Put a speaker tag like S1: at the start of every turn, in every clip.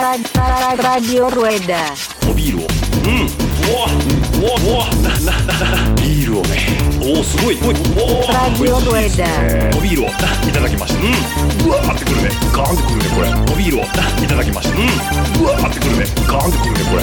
S1: Radio Rueda.
S2: おビールをうんうわうわうわななななビールをねおおすごいおいおお
S1: Radio Rueda.
S2: おビールをないただきましたうんうわーってくるねガーンってくるねこれおビールをないただきましたうんうわーってくるねガーンってくるねこれ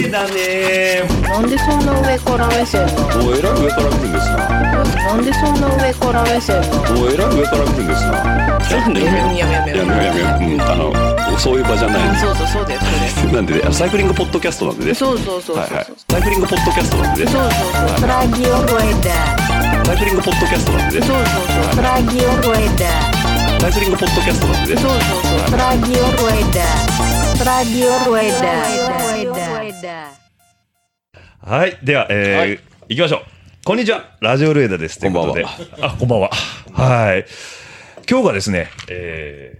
S2: IPA だね
S3: なんでそんな上から目線なの
S2: おえらい上から来るんですな
S3: なんでそんな上から目線なの
S2: おえらい上から来るんですなちょっとやめよう
S3: やめやめ
S2: やめようやめよううんあのそういう場じゃない
S3: そうそうそうだよそ
S2: なんでねあのサイクリングポッドキャストなんでね
S3: れそうそうそうそうそう
S2: はいはいサイクリングポッドキャストなんでね
S3: そうそうそう
S1: Radio Rueda.
S2: サイクリングポッドキャストなんでね
S3: そうそうそう
S1: Radio Rueda.
S2: サイクリングポッドキャストなんでね
S3: そうそうそう
S1: Radio Rueda. Radio Rueda. Radio Rueda.
S4: はい。では、えー行きましょう。こんにちは。ラジオルエダです。ということで。
S2: こ
S4: あ、こんばんは。はい。今日がですね、え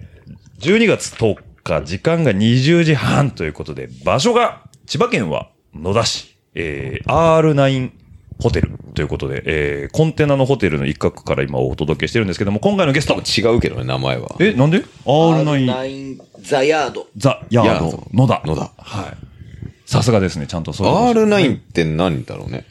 S4: ー、12月10日、時間が20時半ということで、場所が、千葉県は野田市、えー、R9 ホテルということで、えー、コンテナのホテルの一角から今お届けしてるんですけども、今回のゲスト、
S5: 違うけどね、名前は。
S4: え、なんで ?R9
S6: R9 ザヤード。
S4: ザ・ヤー
S5: ヤー
S4: ド
S5: ド
S4: 野田。
S5: 野田
S4: はい。さすがですね、ちゃんとそういうこと
S5: R9 って何だろうね。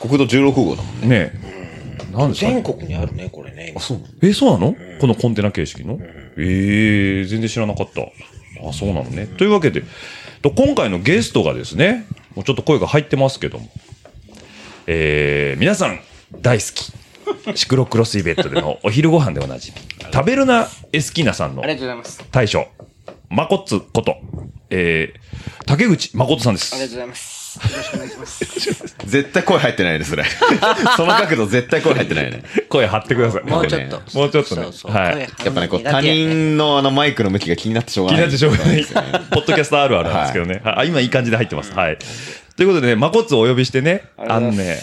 S5: 国道16号だもんね。
S4: ねえ。なんですか
S6: 全国にあるね、これね。
S5: そう
S4: え、そうなのこのコンテナ形式のええ全然知らなかった。あ、そうなのね。というわけで、と今回のゲストがですね、もうちょっと声が入ってますけども、えー、皆さん大好き。 シクロクロスイベットでのお昼ご飯でおなじみ、食べるなエスキーナさんの
S7: ありがとうございます。
S4: 大将、マコッツこと、えー、竹口誠さんで
S7: ありがとう
S4: す。
S7: ございます。よろしくお願いします。
S5: 絶対声入ってないね、それ。その角度絶対声入ってないね。
S4: 声張ってください。
S5: もうちょっ
S4: もうちょっとね
S6: そうそう声張
S4: はい
S6: るの
S5: やっぱね、こう、
S6: 苦手や
S5: 他人のあのマイクの向きが気になってしょう
S4: 気に
S5: が
S4: な
S5: な。
S4: いってしょうがない。 ポッドキャストあるあるなんですけどね。あ、今いい感じで入ってます。はい。ということでね、マコツをお呼びしてね、あ
S7: あり
S4: の
S7: がとうござい
S4: ね、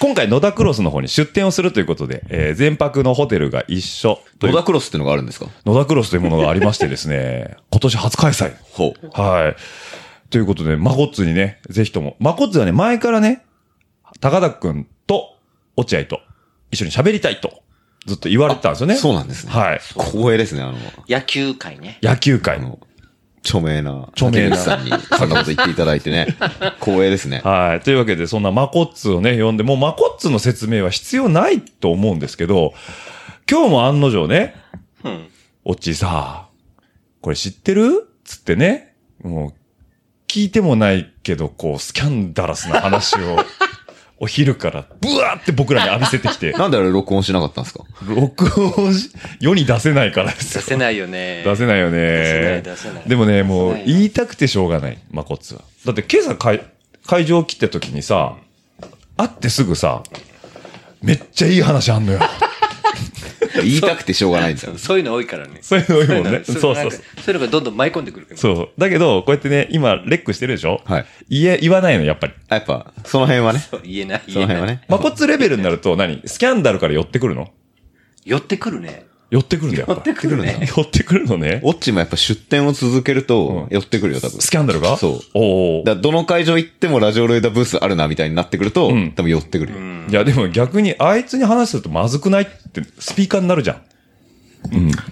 S4: 今回野田クロスの方に出店をするということで、えー全泊のホテルが一緒とい
S5: 野
S4: う
S5: 田クロスってのがあるんですか
S4: 野田クロスというものがありましてですね、今年初開催。
S5: ほう。
S4: はい。ということで、マコッツにね、ぜひとも。マコッツはね、前からね、高田くんと落合と一緒に喋りたいと、ずっと言われてたんですよね。
S5: そうなんですね。
S4: はい。
S5: 光栄ですね、あの、
S6: 野球界ね。
S4: 野球
S5: あ
S4: 界の。
S5: の、著名な、
S4: 著名な
S5: 竹内さんに、そんなこと言っていただいてね。光栄ですね。
S4: はい。というわけで、そんなマコッツをね、呼んで、もうマコッツの説明は必要ないと思うんですけど、今日も案の定ね、
S6: うん。
S4: オッチーさ、これ知ってるつってね、もう、聞いてもないけど、こう、スキャンダラスな話を、 お昼から、ブワーって僕らに浴びせてき て、
S5: なんであれ録音しなかったんですか
S4: 録音し、世に出せないからで
S6: 出
S4: す
S6: せ
S4: よ。
S6: ないよね。
S4: 出せないよね。
S6: 出せない出せない
S4: でもね、もう
S6: 出せないな
S4: 言いたくてしょうがない、マコッツは。だって今朝会会場来た時にさ、会ってすぐさ、めっちゃいい話あんのよ。
S5: 言いたくてしょうがないんですよ。
S6: そういうの多いからね。
S4: そういう
S6: そ
S4: のもね。そうそう
S6: ういのなんか。そういうのがどんどん舞い込んでくるからね
S4: そう。だけど、こうやってね、今、レックしてるでしょ
S5: はい。
S4: 言え、言わないの、やっぱり。
S5: やっぱ、その辺はね。
S6: そう言えない。
S5: その
S6: 言えな。
S5: 辺はいね。
S4: マコッツレベルになると何、スキャンダルから寄ってくるの
S6: 寄ってくるね。
S4: 寄ってくるんだよ、やっぱ。
S6: 寄ってくるね。
S4: 寄ってくるのね。
S5: オッチもやっぱ出店を続けると、寄ってくるよ、多分。
S4: スキャンダルが
S5: そう。
S4: おお
S5: だ。からどの会場行ってもラジオレーダーブースあるなみたいになってくると、
S4: ん
S5: 多分寄ってくるよ、
S4: いや、でも逆に、あいつに話するとまずくないって、スピーカーになるじゃん。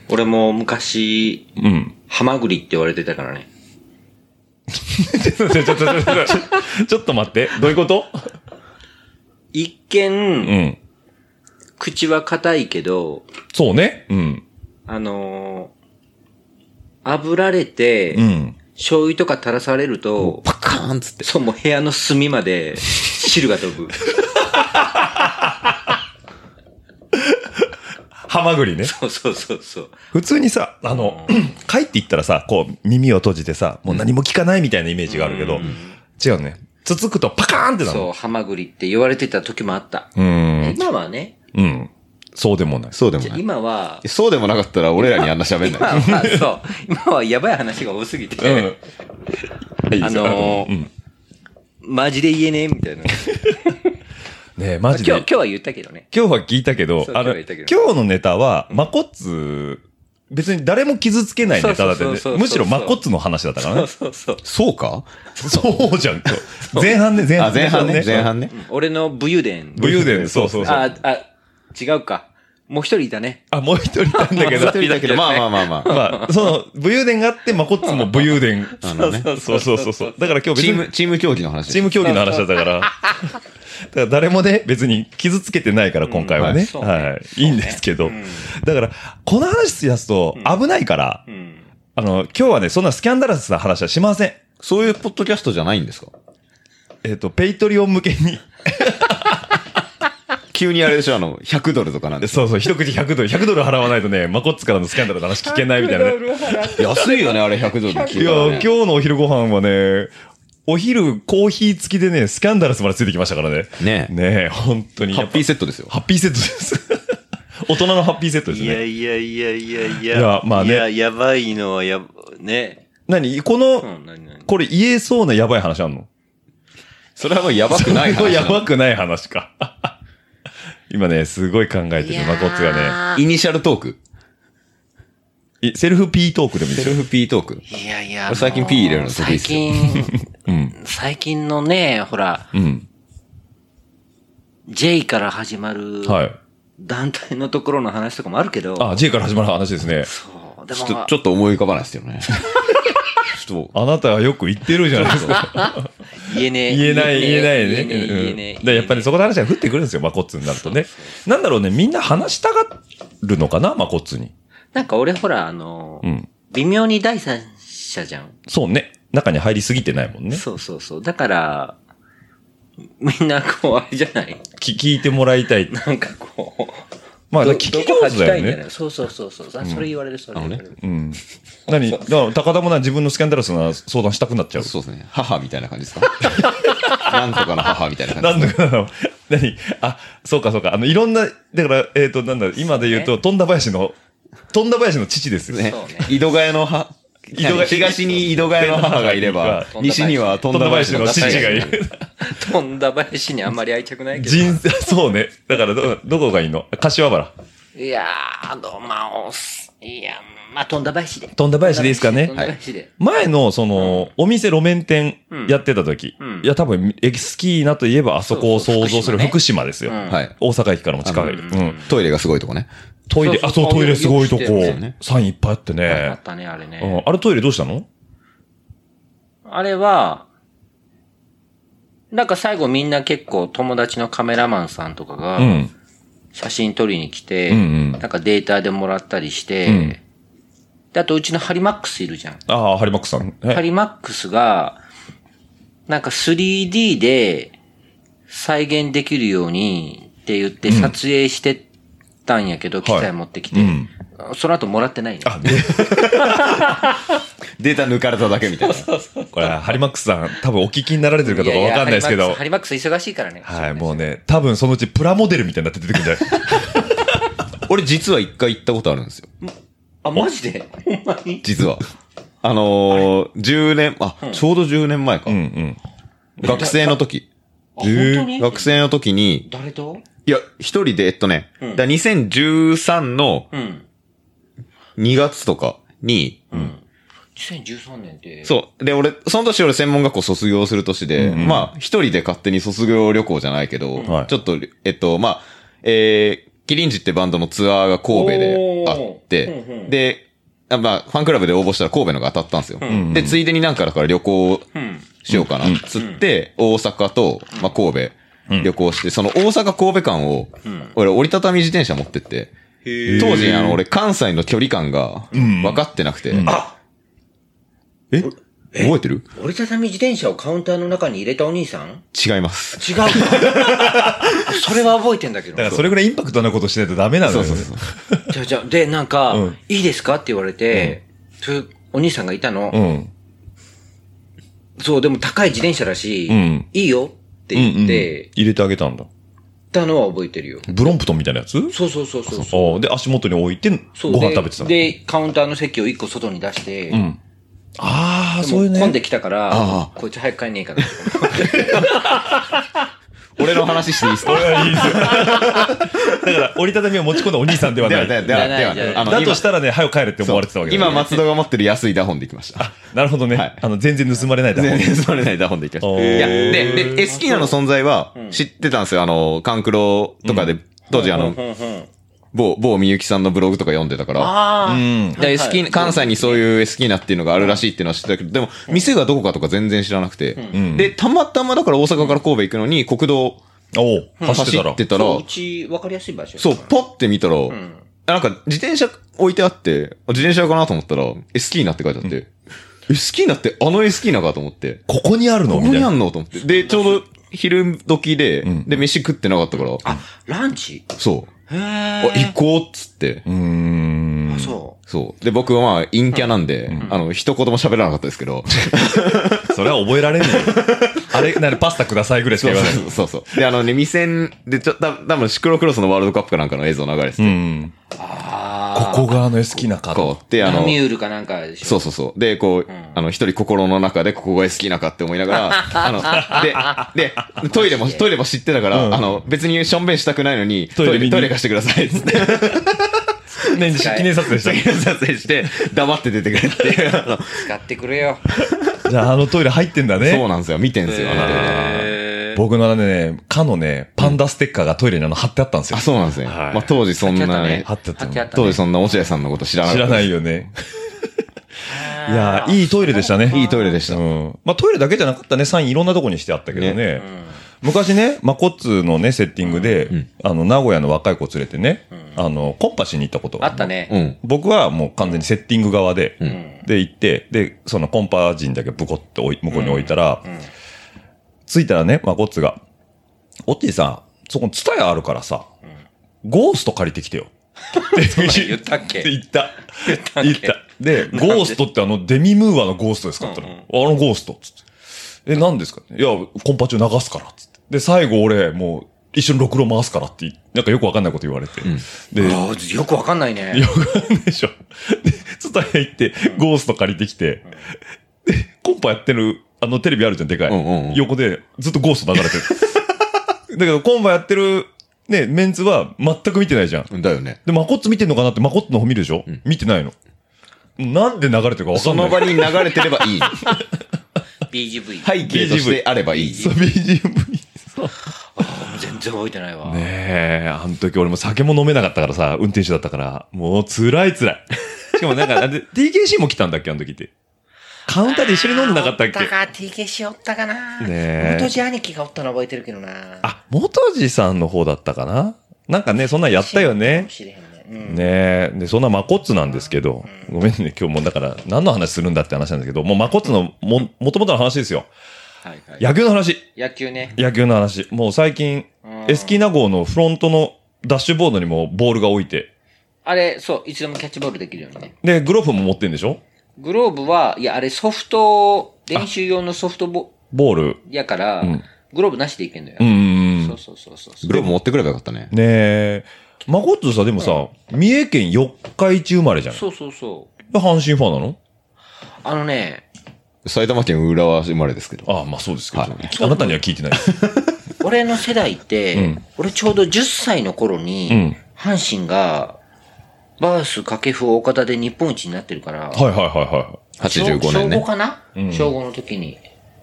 S6: 俺も昔、
S4: うん。
S6: ハマグリって言われてたからね。
S4: ちょっと、ちょっと、ちょっと、 ちょっと待って。どういうこと
S6: 一見、
S4: うん。
S6: 口は硬いけど、
S4: そうね。うん。
S6: あのー、炙られて、
S4: うん。
S6: 醤油とか垂らされると、
S5: パカーンっつって。
S6: そう、もう部屋の隅まで汁が飛ぶ。
S4: ハマグリね。
S6: そうそうそうそう。
S4: 普通にさ、あの、 帰っていったらさ、こう、耳を閉じてさ、もう何も聞かないみたいなイメージがあるけど、違うね。つつくとパカーンってなる
S6: そう、ハマグリって言われてた時もあった。
S4: うーん。
S6: 今はね、
S4: うん。そうでもない。
S5: そうでもない。
S6: 今は、
S5: そうでもなかったら俺らにあんな喋ん
S6: 今
S5: ない。
S6: は、そう、 今はやばい話が多すぎて、
S4: うん。
S6: あのーマジで言えねえみたいな。
S4: ねえ、マ
S6: 今
S4: ジ
S6: 日、
S4: で。
S6: 今日は言ったけどね。
S4: 今日は聞いたけど
S6: そ、う
S4: あの、
S6: 今日は言
S4: 今
S6: ったけ
S4: 日
S6: ど
S4: のネタは、マコッツ、別に誰も傷つけないネタだったよね
S6: そうそうそうそうそう
S4: むしろマコッツの話だったから
S6: そう
S4: ね。
S6: そうそう。
S5: そうか
S4: そうじゃん。前半ね、前
S5: あ、
S4: 半
S5: 前半ね。前半
S4: ね。
S5: ね。
S6: 俺の武勇伝。
S4: 武勇伝、そうそうそう。
S6: あ、あ、違うか。もう一人いたね。
S4: あ、もう一人いたんだけ
S5: 一
S4: ど。
S5: 人だけど、まあまあまあまあ。
S4: まあ、その、武勇伝があって、まこっつも武勇伝。
S5: あのね
S4: そうそうそうそう。だから今日
S5: チ
S4: 別
S5: ー
S4: に
S5: ム、チーム競技の話です。
S4: チーム競技の話だったから。だから誰もね、別に傷つけてないから、今回はね。
S6: うんはい
S4: はい。いいんですけど。だから、この話し出すと危ないから、
S6: うん。
S4: あの、今日はね、そんなスキャンダラスな話はしません。
S5: そういうポッドキャストじゃないんですか
S4: えっと、ペイトリオン向けに。
S5: 急にあれでしょ、あの、100ドルとかなんです。
S4: そうそう、一口100ドル、100ドル払わないとね、まこっつからのスキャンダルの話聞けないみたいなね。
S5: 安いよね、あれ100ドル聞
S4: い
S5: いたら
S4: や、
S5: ね
S4: 今日のお昼ご飯はね、お昼コーヒー付きでね、スキャンダラスまでついてきましたからね。
S5: ね
S4: ね
S5: え
S4: え、本当に。
S5: ハッピー
S4: セッ
S5: セットですよ
S4: ト。。ハッピーセット です。大人のハッピーセットです
S8: いや
S4: ね。
S8: いやいやいやい
S4: い
S8: や。
S4: やまあね
S8: いや、やばいのはやば、ね。
S4: 何この、
S8: うん、何何
S4: これ言えそうなやばい話あんの
S5: それはもうやばくな い
S4: それ
S5: 話
S4: は
S5: な
S4: やば
S5: の。
S4: くない話か。 今ね、すごい考えてる、まこっつが
S5: イニシャルトーク。
S4: ね。いセルフ P トークでもいいで
S5: セ
S4: すよ
S5: ル。フ P トーク。
S8: いやいや
S5: 俺最近 P 入れるの得意っ
S8: 最
S5: すよ
S8: 近、
S4: うん。
S8: 最近のね、ほら、
S4: うん。
S8: J から始まる
S4: はい。
S8: 団体のところの話とかもあるけど、
S4: あ、J から始まる話ですね。
S8: そうで
S5: ちょ
S8: も
S5: っと、ちょっと思い浮かばないですよね。ちょっと、
S4: あなたはよく言ってるじゃないですか。
S8: 言えねえ。
S4: 言えない、言えないね。
S8: 言えねえ、言え
S4: うん
S8: ねえ。
S4: だからやっぱりそこの話が降ってくるんですよ、マコッツになるとね。なんだろうね、みんな話したがるのかな、マコッツに。
S8: なんか俺ほら、あの
S4: う、ん。
S8: 微妙に第三者じゃん。
S4: そうね。中に入りすぎてないもんね。
S8: そうそうそう。だから、みんなこう、あれじゃない
S4: き聞いてもらいたい。
S8: なんかこう、
S4: まあ、
S8: ど
S4: 聞き上手
S8: どこ
S4: だ
S8: 吐きたい
S4: よ
S8: んじゃ
S4: ね
S8: な。いそうそうそうそう。あそれ言われる、それ言われる。
S4: うん。何だから、高田もな、自分のスキャンダラスな相談したくなっちゃう。
S5: そうですね。母みたいな感じで すかなんとかの母みたいな感
S4: な
S5: じ
S4: んだかな、 何あ、そうかそうか。あの、いろんな、だから、えっ、と、なんだ、今で言うと、富田林の、富田林の父ですよ。
S5: ね
S8: そうね。
S5: 井戸ヶ谷の母。
S4: 井戸ヶ谷
S5: 東に井戸ヶ谷の母がいれば、
S8: 戸
S5: 西には富
S4: 富
S5: 田
S4: 田
S5: 林
S4: 林
S5: の
S4: の父
S5: 父
S4: が
S5: が
S4: い
S5: いる。
S4: る。
S8: 飛んだ林にあんまり愛着ないけど。
S4: 人生、 そうね。だからど、どこがいいの柏原。
S8: いやー、どうまおす。いや、まあ、飛んだ林で。
S4: 富田林でいいですか
S8: 飛ん
S4: ね。
S8: だ林で。
S4: 前の、その、お店路面店やってた時、
S8: うん
S4: いや、多分、駅スキーなといえば、あそこを想像する
S8: そうそう
S4: 福島ですよ。
S8: うん
S5: はい。
S4: 大阪駅からも近い。
S5: あ
S4: う
S5: の
S4: ん。
S5: トイレがすごいとこね。
S4: トイレ、
S8: そう
S4: あ、
S8: そう
S4: そう、トイレすごいとこ
S8: よく知って
S5: るね。
S4: サインいっぱいあって
S8: あ
S4: ね
S8: っ。たね、あれ
S4: うん
S8: ね。。
S4: あれトイレどうしたの
S8: あれは、なんか最後みんな結構友達のカメラマンさんとかが
S4: う、ん。
S8: 写真撮りに来て、
S4: うんうん
S8: なんかデータでもらったりして、
S4: うん
S8: で、あとうちのハリマックスいるじゃん。
S4: ああ、ハリマックさん。
S8: ハ
S4: ね
S8: リマックスが、なんか 3D で再現できるようにって言って撮影してたんやけど、機材持ってきて、
S4: うん
S8: その後もらってないね。
S4: あ、で、
S5: データ抜かれただけみたいな。
S4: これ、ハリマックスさん、多分お聞きになられてるかどうかわかんないですけ
S8: や
S4: ど
S8: や。ハリマックスハリマックス忙しいからね。
S4: はい、もうね、多分そのうちプラモデルみたいになって出てくるんじゃない
S5: 俺実は一回行ったことあるんですよ。
S8: あ、マジでほんまに
S5: 実は。あのー、10年、あ、ちょうど10年前か
S4: う。んうん。
S5: 学生の時。
S8: あ本当に
S5: 学生の時に、
S8: 誰と
S5: いや、一人で、えっとね、
S8: ん
S5: だ2013の
S8: うん。
S5: 2月とかに、
S8: 2013年って。
S5: そう。で、俺、その年俺専門学校卒業する年で、
S4: うんうん
S5: まあ、一人で勝手に卒業旅行じゃないけど、
S4: はい
S5: ちょっと、えっと、まあ、えー、キリンジってバンドのツアーが神戸であって、
S8: おーうんうん
S5: で、あまあ、ファンクラブで応募したら神戸のが当たったんですよ。
S4: ん
S5: で、ついでになんかだから旅行
S8: うん。
S5: しようかな、つって、大阪と、まあ、神戸、旅行して、その大阪神戸間を、俺折りたたみ自転車持ってって、当時、あの、俺関西の距離感が
S4: ん
S5: 分かってなくて、
S8: あ
S5: え覚えてる
S8: 折りたたみ自転車をカウンターの中に入れたお兄さん
S5: 違います。
S8: 違う かあそれは覚えてんだけど
S4: だから。それぐらいインパクトなことしないとダメなのよ。
S5: そうそうそう
S8: じゃあじゃあで、なんか、
S4: うん
S8: いいですかって言われて、そういうお兄さんがいたの、
S4: うん。
S8: そう、でも高い自転車だし、
S4: うん
S8: いいよって
S4: うんう
S8: 言
S4: ん
S8: って、言っ
S4: 入れてあげたんだ。
S8: たのは覚えてるよ。
S4: ブロンプトンみたいなやつ
S8: そうそうそうそうそう。
S4: ああで、足元に置いて、
S8: そ
S4: ご
S8: う
S4: 飯
S8: で
S4: 食べてたの。
S8: で、カウンターの席を一個外に出して、
S4: うん。ああ、
S8: でも
S4: そういうね。
S8: 混んできたから、
S5: あ
S8: こいつ早く帰んねえかな。
S5: 俺の話していいですか
S4: いやいいですよだから、折りたたみを持ち込んだお兄さんでは
S5: で
S4: な
S5: は、
S4: い。
S5: では、
S4: だ
S5: では、では
S8: じゃないじゃない
S5: ね、あの、
S4: と
S5: 今
S4: したらね、早く帰れって思われてたわけだ
S5: 今、松戸が持ってる安いダホンで行きました。
S4: なるほどね。あの、全然盗まれないだろう
S5: 全然座れないダホンで行きま
S4: お
S5: し
S4: ー
S5: た。いや、で、で、エスキーナの存在は知ってたんですよ。あの、カンクロとかで、当時あの、某、某みゆきさんのブログとか読んでたから。
S8: ああ、
S4: うん。
S5: で、好き、関西にそういう S キーナっていうのがあるらしいっていうのは知ってたけど、でも、店がどこかとか全然知らなくて。
S4: ん
S5: で、たまたまだから大阪から神戸行くのに、国道
S4: おう走って
S5: 走
S4: たら
S5: っ。てたら、
S8: そううち分かりやすい場所やか
S5: そう、
S8: ら。
S5: ポッて見たら、
S8: ん
S5: あなんか自転車置いてあって、あ自転車かなと思ったら、エスキーナって書いてあって、エスキーナってあのエスキーナかと思って、
S4: ここにあるの
S5: ここ
S4: みたい
S5: にあ
S4: な。
S5: んのと思って。で、ちょうど昼時で、
S4: ん
S5: で、飯食ってなかったから、
S8: あ、ランチ
S5: そう、
S8: へえ。
S5: あ、行こうっつって、
S4: うーん。
S8: そ
S5: そう。で、僕はまあ、陰キャなんで、あの、一言も喋らなか ったですけど、
S4: それは覚えられない。あれ、なにパスタくださいぐらいし
S5: そ
S4: か
S5: う
S4: 言わない。
S5: そうそうそう。で、あのね、未戦で、ちょ、た多分シクロクロスのワールドカップかなんかの映像流れてて、
S4: うん。ここがあの S キーなか
S5: こうって、
S8: う。
S5: あ
S8: ラ
S5: の、
S8: ミュールかなんかでしょ。
S5: そうそうそう。で、こう、あの、一人心の中でここが好きなかって思いながら、あの、で、で、トイレも、トイレも知ってたから、
S4: うん
S5: あの、別にしょんべんしたくないのに、
S4: ト
S5: ト
S4: イレ
S5: イ
S4: 見
S5: レ、
S4: に
S5: トイレ貸してください、つ って、
S4: 年始記念撮影した。
S5: 撮影して、黙って出てくれっていうあの
S8: 使ってくれよ。
S4: じゃああのトイレ入ってんだね。
S5: そうなんですよ、見てんすよ、あのトイレ
S8: へえ。
S4: 僕のね、かのね、パンダステッカーがトイレにあの貼ってあったんですよ
S5: あ、。そうなんですね。
S4: はい
S5: まあ、当時そんなね、
S4: 貼ってあったの
S8: 貼ってあった
S5: 当
S8: ね
S5: 時そんな落合さんのこと知らなかっ
S4: 知
S5: た。
S4: らないよね。いや、いいトイレでしたね。
S5: いいトイレでした
S4: うん。まあトイレだけじゃなかったね、サインいろんなとこにしてあったけどね。昔ね、マコッツのね、セッティングで、あの、名古屋の若い子連れてね、あの、コンパしに行ったことが
S8: あ
S4: る
S8: ったね。
S5: うん。
S4: 僕はもう完全にセッティング側で、
S8: ん
S4: で行って、で、そのコンパ人だけブコッと置い向こうに置いたら、着いたらね、まあ、ゴッツが、オッティさん、そこにツタヤあるからさ、ゴースト借りてきて よ。って
S8: 言ったっけ
S4: 言った。言った
S8: っけ
S4: で、
S8: んで
S4: ゴーストってあのデミムーアのゴーストですかって言ったらあのゴーストっつって。え、何ですかいや、コンパ中流すからっつって。で、最後俺、もう、一緒にろくろ回すからって言い、なんかよくわかんないこと言われて。で、
S8: あーよくわかんないね。
S4: よくあるでしょ。で、ツタヤ行って、ゴースト借りてきて、で、コンパやってる、あのテレビあるじゃん、でかい。
S5: うんうんうん
S4: 横で、ずっとゴースト流れて る。だけど、コンパやってる、ね、メンツは全く見てないじゃん。
S5: だよね。
S4: で、マコッツ見てんのかなって、マコッツの方見るでしょ、見てないの。なんで流れてるかわか
S5: そ
S4: んな
S5: の
S4: い。
S5: 場に流れてれば いい。
S8: BGV。
S5: 背景としてあればいい。
S4: そう、BGV。
S8: 全然覚えてないわ。
S4: ねえ、あの時俺も酒も飲めなかったからさ、運転手だったから、もう辛い辛い。 しかもなんか、あれ TKC も来たんだっけ、あの時って。カウンターで一緒に飲んでなかったっけ
S6: おか、TKC おったかな。
S4: ねえ
S6: 元地兄貴がおったの覚えてるけどな。
S4: あ、元地さんの方だったかななんかね、そんなんやったよ
S6: か
S4: ね
S6: も。しれへんね。うん。
S4: ねえ。で、そんなマコッツなんですけど、ごめんね、今日もうだから、何の話するんだって話なんですけど、もうマコッツのも、もともとの話ですよ。
S8: はいはい。
S4: 野球の話。
S8: 野球ね。
S4: 野球の話。もう最近、
S8: うん
S4: エスキーナ号のフロントのダッシュボードにもボールが置いて、
S8: あれ、そう、いつでもキャッチボールできるようにね。
S4: で、グローブも持ってんでしょ
S8: グローブは、いや、あれソフト、練習用のソフトボ、
S4: ボール。
S8: やから
S4: ん、
S8: グローブなしでいけんのよ
S4: う。ん。
S8: そう
S4: ね
S8: そうそうそう。
S5: グローブ持ってくればよかったね。
S4: え。マコッツさ、でもさ、三重県四日市生まれじゃん。
S8: そうそうそう。
S4: 阪神ファンなの
S8: あのね、
S5: 埼玉県浦和生まれですけど。
S4: ああ、まあそうですけど。
S5: はい
S4: あなたには聞いてない です。
S8: 俺の世代って、
S4: うん
S8: 俺ちょうど10歳の頃
S4: う
S8: に
S4: ん、
S8: 阪神が、バース掛布岡田で日本一になってるか
S4: は
S8: ら、
S4: いはいはいは
S5: 85年
S8: 小小5
S5: ね。
S8: かな、
S4: ん。
S8: 小5の時に。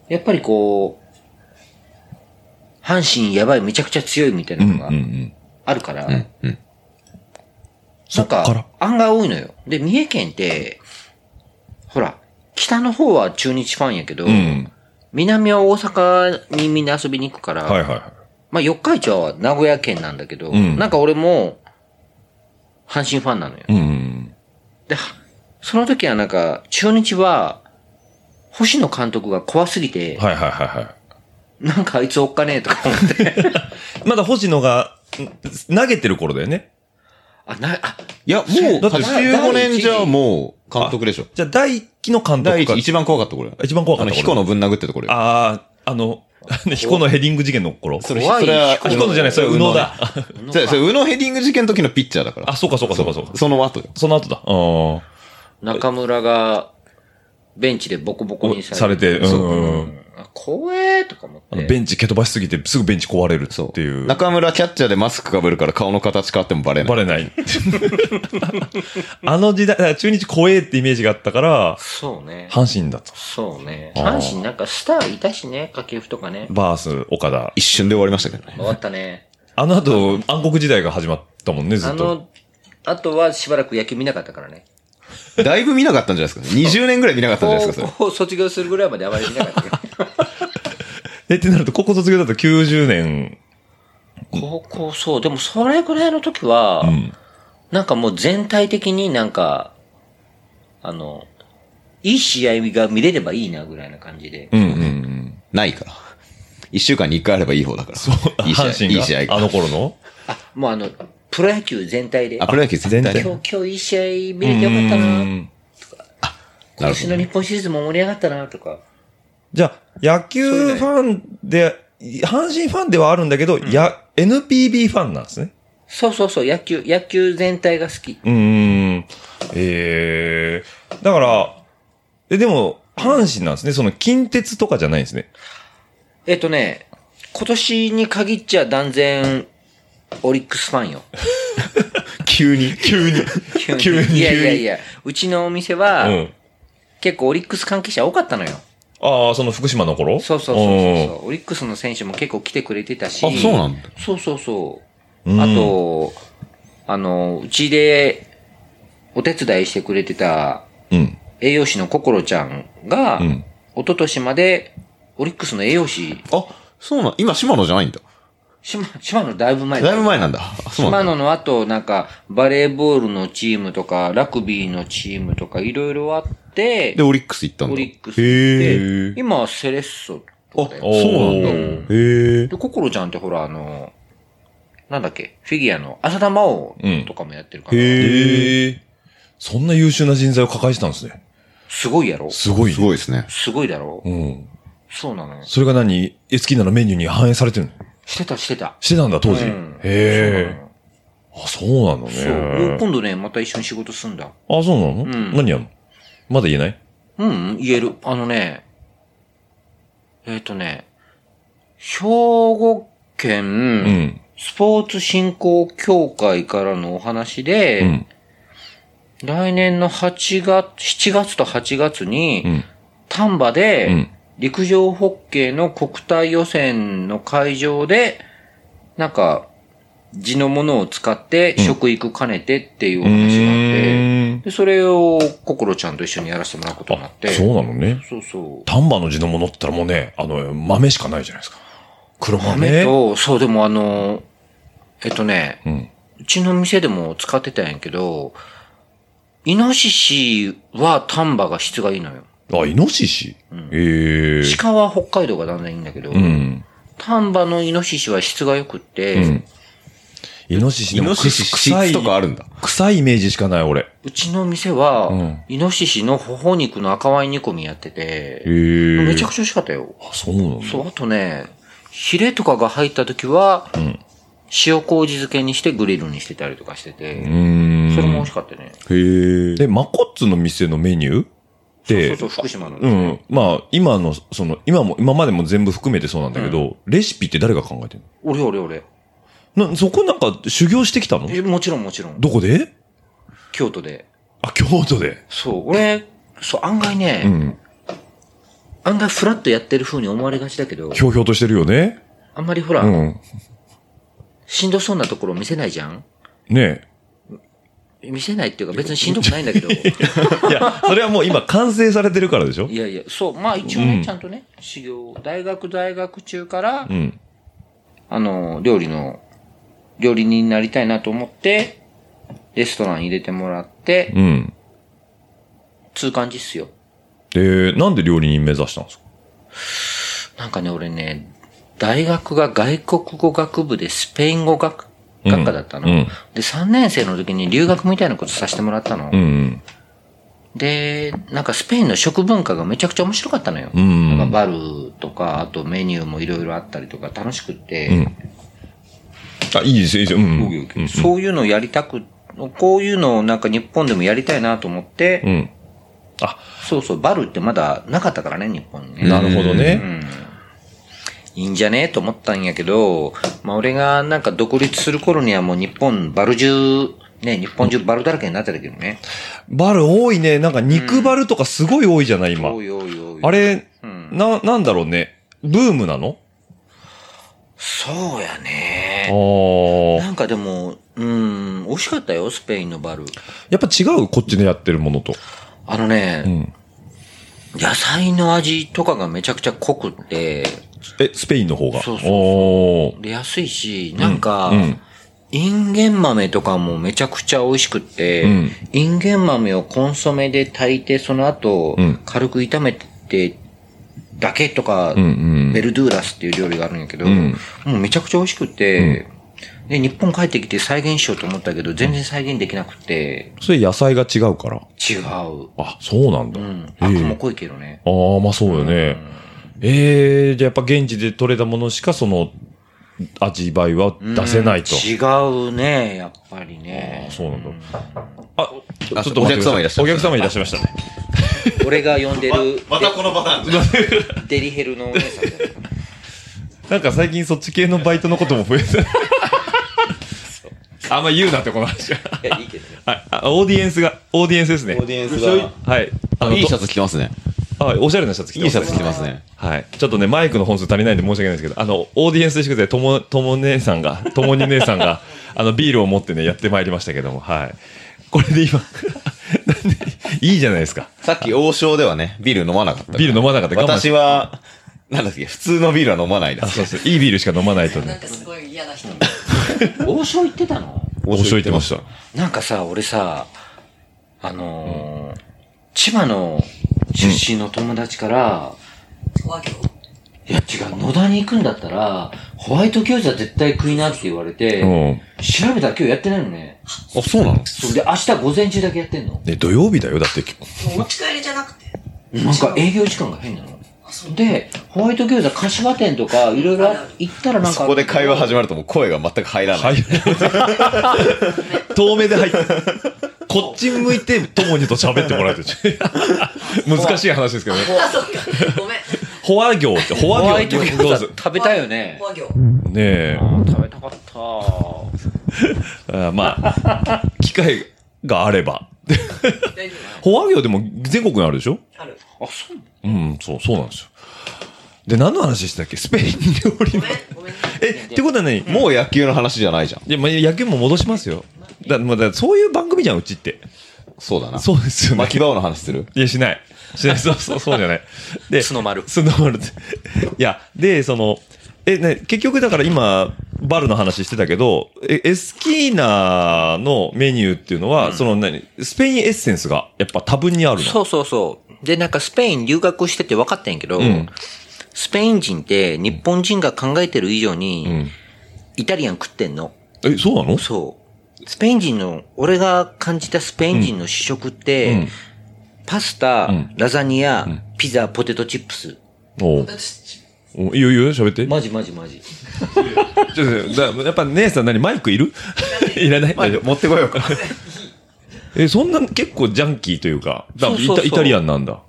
S8: やっぱりこう、阪神やばい、めちゃくちゃ強いみたいないのが
S4: うんうん。
S8: あるから、
S5: うん、うん。
S8: なん
S4: そっから
S8: か、案外多いのよ。で、三重県って、ほら、北の方は中日ファンやけど、
S4: うん。
S8: 南は大阪にみんな遊びに行くから、
S4: はいはいは
S8: まあ、四日市は名古屋県なんだけど、
S4: うん
S8: なんか俺も、阪神ファンなのよ。
S4: い。うん。
S8: で、はその時はなんか、中日は、星野監督が怖すぎて、
S4: はいはいはいは
S8: なんかあいつおっかねえとか思って。
S4: い。まだ星野が、ん投げてる頃だよね。
S8: あ、な、あ、
S5: いや、もう、
S4: だって
S5: 85年じゃもう、監督でしょ。
S4: じゃあ、第一期の監督
S5: 第
S4: か
S5: 一、。一番怖かったこれ。
S4: 一番怖か
S5: あ
S4: っ
S5: の、
S4: た頃。
S5: ヒコのぶん殴ってたこれ。
S4: ああ、あの、 彦のヘディング事件の頃。そ
S5: れ
S8: 怖い。
S5: それは
S4: 彦のじゃない、それは宇野だ。
S5: じ ゃあ、それ、宇野ヘディング事件の時のピッチャーだから
S4: あ、。そうかそうかそうかそうか。
S5: その後よ。
S4: その後だ。うん。
S8: 中村が、ベンチでボコボコに
S4: さ
S8: さ
S4: れ
S8: れ
S4: て、
S8: て。
S4: うんうん。
S8: あ怖えとか思っ
S4: あの
S8: て。
S4: ベンチ蹴飛ばしすぎて、すぐベンチ壊れるっていう。
S5: 中村キャッチャーでマスクかぶるから顔の形変わってもバレな
S4: バ
S5: い。
S4: レない。 あの時代、だから中日怖えってイメージがあったから、
S8: そうね。
S4: 阪神だと。
S8: そうね。
S4: あー
S8: 阪神なんかスターいたしね、掛布とかね。
S4: バース、岡田。
S5: 一瞬で終わりましたけどね。
S8: 終わったね。
S4: あの後、暗黒時代が始まったもんね、ず
S8: あ
S4: っと。
S8: の、あとはしばらく野球見なかったからね。
S5: だいぶ見なかったんじゃないですか。20年ぐらい見なかったんじゃない
S8: 高
S5: ですか、そ
S8: 校を卒業するぐらいまであまり見なかった けど。
S4: え、ってなると、高校卒業だと90年。
S8: 高校そう。でもそれぐらいの時は、
S4: ん
S8: なんかもう全体的になんか、あの、いい試合が見れればいいなぐらいな感じで。
S4: うんうんうん。
S5: れ。ないから。1週間に1回あればいい方だから。いい試合
S4: 阪神。
S5: いい試合
S4: が、あの頃の
S8: あ、もうあの、プロ野球全体で、
S5: あ、
S8: 今
S5: プロ野球全
S4: 全
S5: 体で。
S4: 体
S8: 日、今日いい試合見れてよかった
S4: う
S8: な。
S4: ん
S8: 今年の日本シリーズも盛り上がったなとか。
S4: じゃあ、野球ファンで、阪神ファンではあるんだけど、や、NPB ファンなんですね。
S8: そうそうそう、野球、野球全体が好き。
S4: うーん。ええだから、え、でも、阪神なんですね。その、近鉄とかじゃないんですね。
S8: えっとね、今年に限っちゃ断然、オリックスファンよ。
S5: 急に。急に。
S4: 急に
S8: いやいやいや、うちのお店は、
S4: うん。
S8: 結構オリックス関係者多かったのよ。
S4: ああ、その福島の頃
S8: そうそうそうそうそう。オリックスの選手も結構来てくれてたし。
S5: あそうなんだ
S8: そうそうそう。
S4: うん
S8: あと、あの、うちでお手伝いしてくれてた
S4: うん。うん。
S8: 栄養士の心ちゃんが、
S4: うん
S8: 一昨年までオリックスの栄養士、
S5: あ、そうなん、今、島野じゃないんだ。
S8: 島島野だいぶ前
S5: だいぶ前なん
S8: だ。
S5: だ。あそうな
S8: 島
S5: んだ。
S8: 野の後、なんか、バレーボールのチームとか、ラグビーのチームとか、いろいろあって、
S5: で、オリックス行ったん
S8: オ
S5: だ。
S8: リックス
S4: へ
S8: で
S4: ー、
S8: 今はセレッソとかだよ
S4: おー
S5: そうなんだ
S4: へえ。
S8: で、心ちゃんってほら、あの、なんだっけ、フィギュアの浅田真央とかもやってるから、
S4: へえ。そんな優秀な人材を抱えてたんですね。
S8: すごいやろ
S4: すごい、
S5: すごいですね。
S8: すごいだろ
S4: うん。
S8: そうなのよ。
S4: それが何エスキーナのメニューに反映されてるの
S8: してた、してた。
S4: してたんだ、当時。
S8: うん
S4: へえ。あ、そうなの
S8: そうなのよそう。
S4: ね。
S8: 今度ね、また一緒に仕事すんだ。
S4: あ、そうなの
S8: ん
S4: 何やんのまだ言えない
S8: うん、言える。あのね、えっ、とね、兵庫県、
S4: うん。
S8: スポーツ振興協会からのお話で、
S4: うん。
S8: 来年の8月、7月と8月に、
S4: うん。
S8: 丹波
S4: う
S8: で
S4: ん、
S8: 陸上ホッケーの国体予選の会場で、なんか、地のものを使って食育兼ねてっていうお話があっ
S4: う
S8: て、で、それを心ちゃんと一緒にやらせてもらうことになって、
S4: ーん。そうなのね。
S8: そうそう。
S4: 丹波の地のものって言ったらもうね、あの、豆しかないじゃないですか。黒
S8: 豆
S4: 豆。
S8: と、そうでもあの、えっとね、
S4: うん。
S8: うちの店でも使ってたんやけど、イノシシは丹波が質がいいのよ。
S4: あ、イノシシ。へえ。
S8: 鹿は北海道が断然いいんだけど、
S4: うん。
S8: 丹波のイノシシは質が良くって、
S4: うん。イノシシ
S5: イ
S4: でも
S5: ノシシ、
S4: 臭
S5: シ
S4: い
S5: とかあるんだ。
S4: 臭いイメージしかない、俺。
S8: うちの店は、
S4: うん
S8: イノシシの頬肉の赤ワイン煮込みやってて、
S4: へえ。
S8: めちゃくちゃ美味しかったよ。
S4: あ、そうなの
S8: そう、あとね、ヒレとかが入った時は、
S4: ん
S8: 塩麹漬けにしてグリルにしてたりとかして
S4: う
S8: て、
S4: ーん。
S8: それも美味しかったね。
S4: へえ。で、マコッツの店のメニューって、
S8: そうそう、福島の。
S4: うん。まあ、今の、その、今も、今までも全部含めてそうなんだけど、レシピって誰が考えてん
S8: 俺俺俺。
S4: のな、そこなんか修行してきたの
S8: えもちろんもちろん。
S4: どこで
S8: 京都で。
S4: あ、京都で。
S8: そう、俺、そう、案外ね、
S4: うん。
S8: 案外フラッとやってる風に思われがちだけど、
S4: ひょうひょうとしてるよね。
S8: あんまりほら、
S4: うん。
S8: しんどそうなところ見せないじゃん
S4: ね
S8: 見せないっていうか別にしんどくないんだけど。
S4: え。いや、それはもう今完成されてるからでしょ
S8: いやいや、 そう、まあ一応
S4: う
S8: ね、
S4: ん
S8: ちゃんとね、修行、大学在学中から、
S4: うん。
S8: あの、料理の、料理人になりたいなと思って、レストラン入れてもらって、
S4: うん。
S8: つう感じっすよ。
S4: で、なんで料理人目指したんですか
S8: なんかね、俺ね、大学が外国語学部でスペイン語学、
S4: うん
S8: 学科だったの、
S4: うん
S8: で、3年生の時に留学みたいなことさせてもらったの。
S4: うん。
S8: で、なんかスペインの食文化がめちゃくちゃ面白かったのよ。
S4: ん
S8: なんかバルとか、あとメニューもいろいろあったりとか楽しくって、
S4: んあ、いいです、いいです。うん。うん
S8: そういうのをやりたく、こういうのをなんか日本でもやりたいなと思って、
S4: うん。
S8: そうそう、バルってまだなかったからね、日本にね。
S4: なるほどね。
S8: いいんじゃねえと思ったんやけど、まあ俺がなんか独立する頃にはもう日本、バル中、ね、日本中バルだらけになってたけどね。
S4: バル多いね。なんか肉バルとかすごい多いじゃない、今。
S8: おいおいおい
S4: あれ、
S8: うん
S4: な、なんだろうね。ブームなの
S8: そうやね。
S4: あ
S8: ね。
S4: ー
S8: なんかでも、うん、美味しかったよ、スペインのバル。
S4: やっぱ違うこっちでやってるものと。
S8: あのね、
S4: うん。
S8: 野菜の味とかがめちゃくちゃ濃くって、
S4: え、スペインの方が。
S8: そうそうそう
S4: おー
S8: で、安いし、なんか、
S4: うん
S8: インゲン豆とかもめちゃくちゃ美味しくって、
S4: うん
S8: インゲン豆をコンソメで炊いて、その後、
S4: うん
S8: 軽く炒めてだけとか、
S4: うんうん
S8: ベルドゥーラスっていう料理があるんやけど、
S4: ん
S8: もうめちゃくちゃ美味しくて、で、日本帰ってきて再現しようと思ったけど、全然再現できなくて、
S4: それ野菜が違うから。
S8: 違う。
S4: あ、そうなんだ。
S8: うん。
S4: え
S8: あくも
S4: え
S8: 濃いけどね。
S4: ああ、まあそうよね。ええじゃあやっぱ現地で取れたものしかその味わいは出せないと。
S8: うん違うね、やっぱりね。
S4: そうなんだ。あ、ちょ
S5: あ
S4: っと待ってくださ
S5: お客様いらっし
S4: お
S5: ゃいました
S4: 客様いらっしゃいましたね。
S8: 俺が呼んでる、
S5: またこのパターンじゃん。
S8: デリヘルのお姉さんだよ。
S4: なんか最近そっち系のバイトのことも増えた。あんま言うなってこの話は。
S8: いや、いいけどね。
S4: はい。あ、オーディエンスが、オーディエンスですね。
S5: オーディエンスが
S4: はい。あの
S5: いいシャツ着てますね。
S4: とはい、おしゃれなシャツ着て
S5: いいシャツ着て
S4: す。
S5: ますね。
S4: はい。ちょっとね、マイクの本数足りないんで申し訳ないですけど、あの、オーディエンスでしてください。とも、とも姉さん が、ともに姉さんが、あの、ビールを持ってね、やってまいりましたけども、はい。これで今、 なんで、いいじゃないですか。
S5: さっき王将ではね、ビール飲まなかった。
S4: ビール飲まなかった我慢
S5: 私は、なんだっけ、普通のビールは飲まないで
S4: あ、
S5: す。
S4: そうそう。いいビールしか飲まないと
S1: なん
S4: ね。
S1: かすごい嫌な人。
S8: 王将行ってたの
S4: 面白いってました。
S8: なんかさ、俺さ、あのー千葉の出身の友達から、いや違う、野田に行くんだったら、ホワイト餃子絶対食いなって言われて、
S4: うん。
S8: 調べたら今日やってないのね。
S5: あ、そうなの
S8: それで明日午前中だけやってんの。
S4: ね、土曜日だよ。だって、
S9: 持ち帰りじゃなくて。
S8: なんか営業時間が変なの。で、ホワイト餃子柏店とか、いろいろ行ったらなんか、
S5: そこで会話始まるともう声が全く入らない。
S4: 入遠目で入って。こっち向いて、ともにと喋ってもらうと。難しい話ですけどね。
S9: あ、そっか。ごめん。
S4: ホワ行って、ホ
S8: ホ
S4: ワ
S8: ワ
S4: 行
S8: イ
S4: って
S8: ト餃
S4: どう
S8: 子
S4: ぞ。
S8: 食べたよね
S9: お。はぎょう。
S4: ねえ。
S8: 食べたかった。
S4: あーまあ、機会があれば。
S9: 大丈
S4: ホワ行でも全国にあるでしょ
S9: 夫。ある。
S8: あ、そう
S4: うん、そう、そうなんですよ。で、何の話でしたっけスペイン
S9: ご
S4: 料理の
S9: め。ん、ごめん。
S4: え、ってことは何もう、
S5: もう野球の話じゃないじゃん。
S4: いや、まあ、野球も戻しますよ。だ、まあ、だそういう番組じゃん、うちって。
S5: そうだな。
S4: そうですよね。
S5: 巻き場の話する
S4: いや、しない。しない。そうそう、そうじゃない。で、
S8: 角丸
S4: スノーマルって。いや、で、その、え、ね、結局だから今、バルの話してたけど、え、エスキーナのメニューっていうのは、その何、スペインエッセンスがやっぱ多分にあるの。
S8: そうそうそう。で、なんかスペイン留学してて分かったんやけど、
S4: ん
S8: スペイン人って日本人が考えてる以上に、
S4: ん
S8: イタリアン食ってんの。
S4: え、そうなの
S8: そう。スペイン人の、俺が感じたスペイン人の主食って、
S4: うん
S8: パスタ、
S4: ん
S8: ラザニア、ピザ、ポテトチップス。
S4: おうおういいよいいよ、喋って。
S8: マジマジマジ。
S4: ちょっとだやっぱ姉さん何マイクいるいらない大丈夫
S5: 持ってこようか。
S4: え、そんな結構ジャンキーというか、だ
S8: そうそうそう
S4: イタイタリアンなんだ。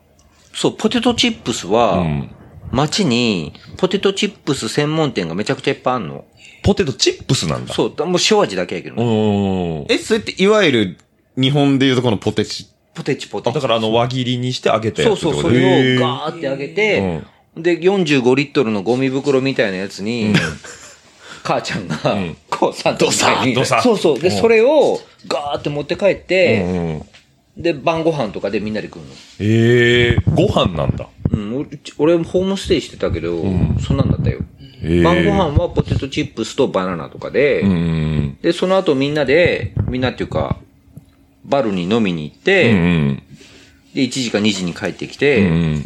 S8: そう、ポテトチップスは、
S4: ん
S8: 街にポテトチップス専門店がめちゃくちゃいっぱいあんの。
S4: ポテトチップスなんだ。
S8: そう、だもう塩味だけやけど、
S4: うーん。
S5: え、それっていわゆる日本でいうとこのポテチ。
S8: ポテチポテ
S4: だ
S8: チ
S4: か。らあの輪切りにして揚げたや
S8: そう
S4: つ
S8: そう、そ
S4: へ
S8: れ
S4: ー
S8: をガーってあげて、で、45リットルのゴミ袋みたいなやつに、母ちゃんが、こうさ、ドサ
S4: ドサッ
S8: そうそう。で、
S4: うん
S8: それをガーって持って帰っ
S4: う
S8: て、
S4: んうん
S8: で、晩ご飯とかでみんなで食うの。
S4: ええご飯なんだ。
S8: うん、俺俺、ホームステイしてたけど、そんなんだったよ。
S4: ええ
S8: 晩ご飯はポテトチップスとバナナとかで、
S4: うん。
S8: で、その後みんなで、みんなっていうか、バルに飲みに行っ
S4: うんう
S8: て、
S4: ん。
S8: で、1時か2時に帰ってき
S4: う
S8: て、
S4: ん。
S8: っ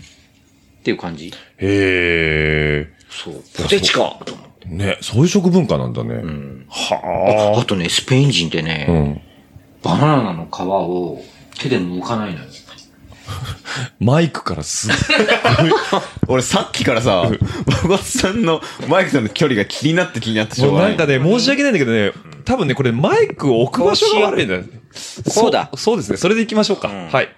S8: ていう感じ。
S4: へえ。
S8: そう。ポテチかと思って
S4: ね、そういう食文化なんだね。は
S8: あとね、スペイン人ってね、
S4: あ。うん。
S8: バナナの皮を手で剥かないのよ。
S4: マイクからすっ
S5: 俺さっきからさ、馬場さんのマイクとの距離が気になって気になってしょう
S4: もう
S5: がな。
S4: ないんかね、申し訳ないんだけどね、多分ね、これマイクを置く場所が悪いんだよね。
S8: そうだ
S4: そ。そうですね。それで行きましょうか。はい。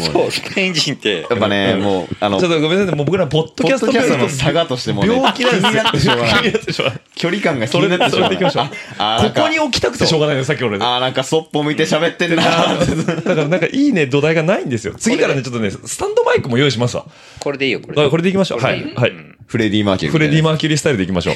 S8: そう、スペイン人って。
S5: やっぱね、もう、あの
S4: ちょっ、とごめんなさいね。もう僕ら、ポッド
S5: ポ
S4: キャ
S5: ッ
S4: スト
S5: ドキャストの
S4: の
S5: 差がとしてもね、
S4: 病気なんですよ。
S5: 気になってしょうがな
S4: 気に
S5: い。
S4: なってしょうがない
S5: 距離感が気になってしょうがな
S4: それでそれで行
S5: い。
S4: きましょ
S5: あーなん
S4: こ
S5: か
S4: こに置きたくてしょうがないのよ、さっき俺。
S5: あー、なんかそっぽ向いて喋ってんなー っ
S4: だ
S5: て。
S4: からなんかいいね、土台がないんですよ。次からね、ちょっとね、スタンドマイクも用意しますわ。
S8: これでいいよ、これ
S4: あこれでいきましょう。はい。はい。
S5: フレディ・マーキュリー。
S4: フレディ・マーキュリースタイルでいきましょう。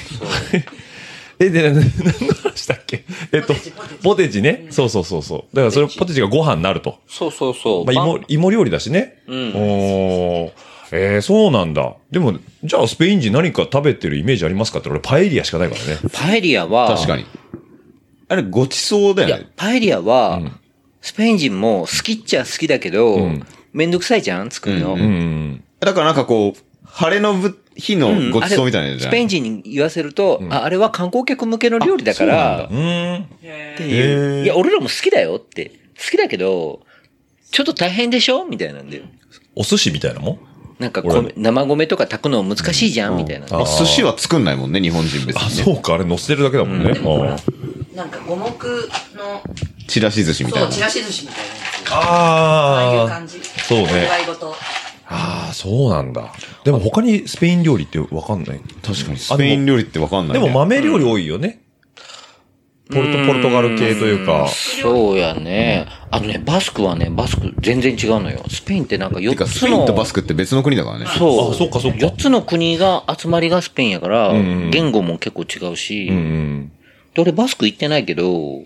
S4: え、で、なな何の話だっけえっ
S9: ポ
S4: と
S9: テチポテ、チ
S4: ポテチね。そうそうそうそう。だからそれ、ポテチがご飯になると。
S8: そうそうそう。
S4: まあ、芋、芋料理だしね。
S8: うん
S4: おーえー、そうなんだ。でも、じゃあスペイン人何か食べてるイメージありますかって俺パエリアしかないからね。
S8: パエリアは、
S5: 確かに。あれ、ごちそうだ
S8: い
S5: よ
S8: や
S5: ね。、
S8: パエリアは、
S4: うん
S8: スペイン人も好きっちゃ好きだけど、
S4: うん
S8: めんどくさいじゃん作るの。
S5: う
S8: うんん
S5: う
S4: うん。
S5: だからなんかこう、晴れのぶ日のごちそうみたいな
S8: あ
S5: やつじ
S8: れ
S5: ゃ
S8: ス
S5: な
S8: ペイ
S5: い
S8: ン人に言わせると、ああれは観光客向けの料理だから、
S4: うーん。
S8: っていう。いや、俺らも好きだよって。好きだけど、ちょっと大変でしょみたいなんだよ。
S4: お寿司みたいなもん
S8: なんか米
S4: 俺
S8: 生米とか炊くの難しいじゃん、みたいな。
S4: あ
S5: まあ寿司は作んないもんね、日本人別
S4: あ、
S5: に
S4: そうか、あれ乗せてるだけだもんね。
S9: でもほ
S4: あ
S9: ら
S4: ー、
S9: なんか五目の、
S5: ね。ちらし寿司みた
S9: そ、
S5: いうな
S9: ち。らし寿司みたいなやつ。ああいう
S4: あ
S9: 感じ。
S4: そうね
S9: お祝い事。
S4: ああ、そうなんだ。でも他にスペイン料理ってわかんない。
S5: 確かに。スペイン料理ってわかんない
S4: で
S5: ね。
S4: も豆料理多いよね。ポルト、ポルトガル系というか。
S8: そうやね。あのね、バスクはね、バスク全然違うのよ。スペインってなんか
S5: て
S8: 4
S5: か、
S8: つ
S5: スペイン
S8: の
S5: と、バスクって別の国だからね。
S8: そう。
S4: あそっかそっか
S8: 4つの国が集まりがスペインやから、
S4: んうん
S8: 言語も結構違うし、
S4: うんうん。
S8: で、俺バスク行ってないけど、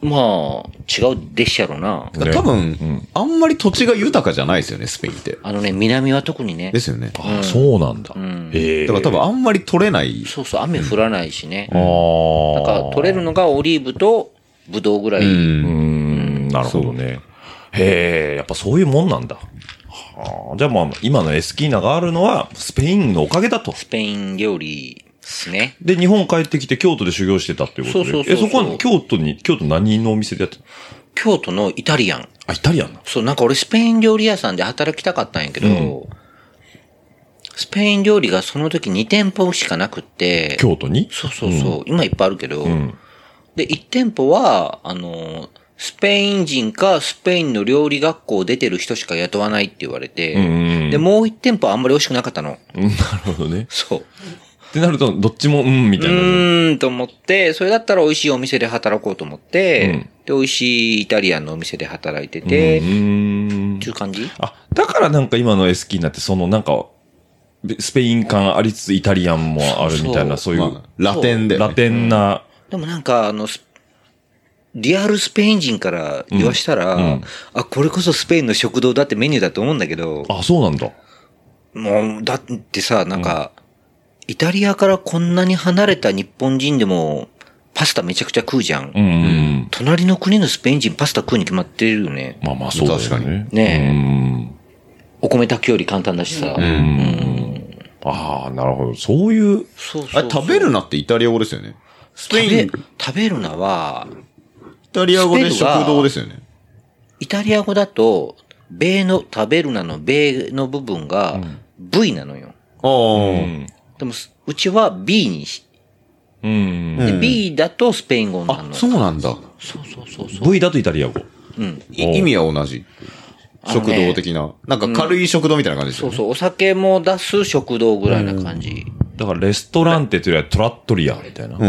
S8: まあ、違うでっしゃろな。
S5: だから多
S4: ん
S5: 分、あんまり土地が豊かじゃないですよね、スペインって。
S8: あのね、南は特にね
S5: で。すよね。だ
S4: ああ、そうなんだ。
S8: ん
S4: ええ。
S5: から多分あんまり取れない。
S8: そうそう、雨降らないしね。
S4: あ
S8: な
S4: あ。
S8: んか、取れるのがオリーブとブドウぐらい。
S4: うーん、なるほどね。へえ、やっぱそういうもんなんだ。はあ、じゃあまあ、今のエスキーナがあるのは、スペインのおかげだと。
S8: スペイン料理ですね。
S4: で、日本帰ってきて京都で修行してたっていうことで。
S8: そうそうそうそう
S4: え、そこは京都に、京都何のお店でやってた
S8: 京都のイタリアン。
S4: あ、イタリアンな。
S8: そう、なんか俺スペイン料理屋さんで働きたかったんやけど、スペイン料理がその時2店舗しかなくって、
S4: 京都に
S8: そうそうそう、今いっぱいあるけど、
S4: ん
S8: で、1店舗は、あの、スペイン人かスペインの料理学校出てる人しか雇わないって言われて、
S4: ん
S8: で、もう1店舗はあんまり美味しくなかったの。
S4: うんなるほどね。
S8: そう。
S4: ってなると、どっちも、うん、みた
S8: う
S4: いな。
S8: ーんと思って、それだったら美味しいお店で働こうと思って、
S4: うん
S8: で、美味しいイタリアンのお店で働いてて、
S4: う
S8: っ
S4: ーん
S8: ていう感じ
S4: あ、だからなんか今のエスキーナって、そのなんか、べスペイン感ありつつイタリアンもあるみたいな、そ
S8: そう
S4: いう、
S5: まあラテンで。
S4: ラテンな、
S8: でもなんか、あの、スリアルスペイン人から言わしたら、
S4: うんうん
S8: あ、これこそスペインの食堂だってメニューだと思うんだけど、
S4: あ、そうなんだ。
S8: もう、だってさ、なんか、イタリアからこんなに離れた日本人でも、パスタめちゃくちゃ食うじゃん。
S4: うんうんうん。
S8: 隣の国のスペイン人パスタ食うに決まってるよね。
S4: まあまあそうだよね。
S5: 確かに
S4: ね
S8: お米炊くより簡単だしさ。
S4: え。うん。ああ、なるほど。そういう、
S8: そうそうそ
S5: あ
S8: う
S5: れ、食べるなってイタリア語ですよね。スペ
S8: 食
S5: イン、
S8: べ
S5: イ、
S8: 食べるなは、
S5: タリア語で食堂ですよね。
S8: イタリア語だと、米の、食べるなの米の部分が、V なのよ。
S5: あ
S4: う
S5: あ。
S4: ん。
S8: でも、うちは B にし、
S4: うん。
S5: うん
S8: B だとスペイン語になる
S5: あ、
S8: の。
S5: そうなんだ。
S8: そうそうそうそう。
S4: V だとイタリア語。
S8: うん。
S5: い意味は同じ。
S8: あの
S5: 食
S8: ね
S5: 堂的な。なんか軽い食堂みたいな感じです
S8: そ
S5: よ
S8: う
S5: ね。
S8: そう、お酒も出す食堂ぐらいな感じ。
S4: だからレストランテというよりはトラットリアみたいな。
S5: うん
S8: そ
S4: あ
S8: う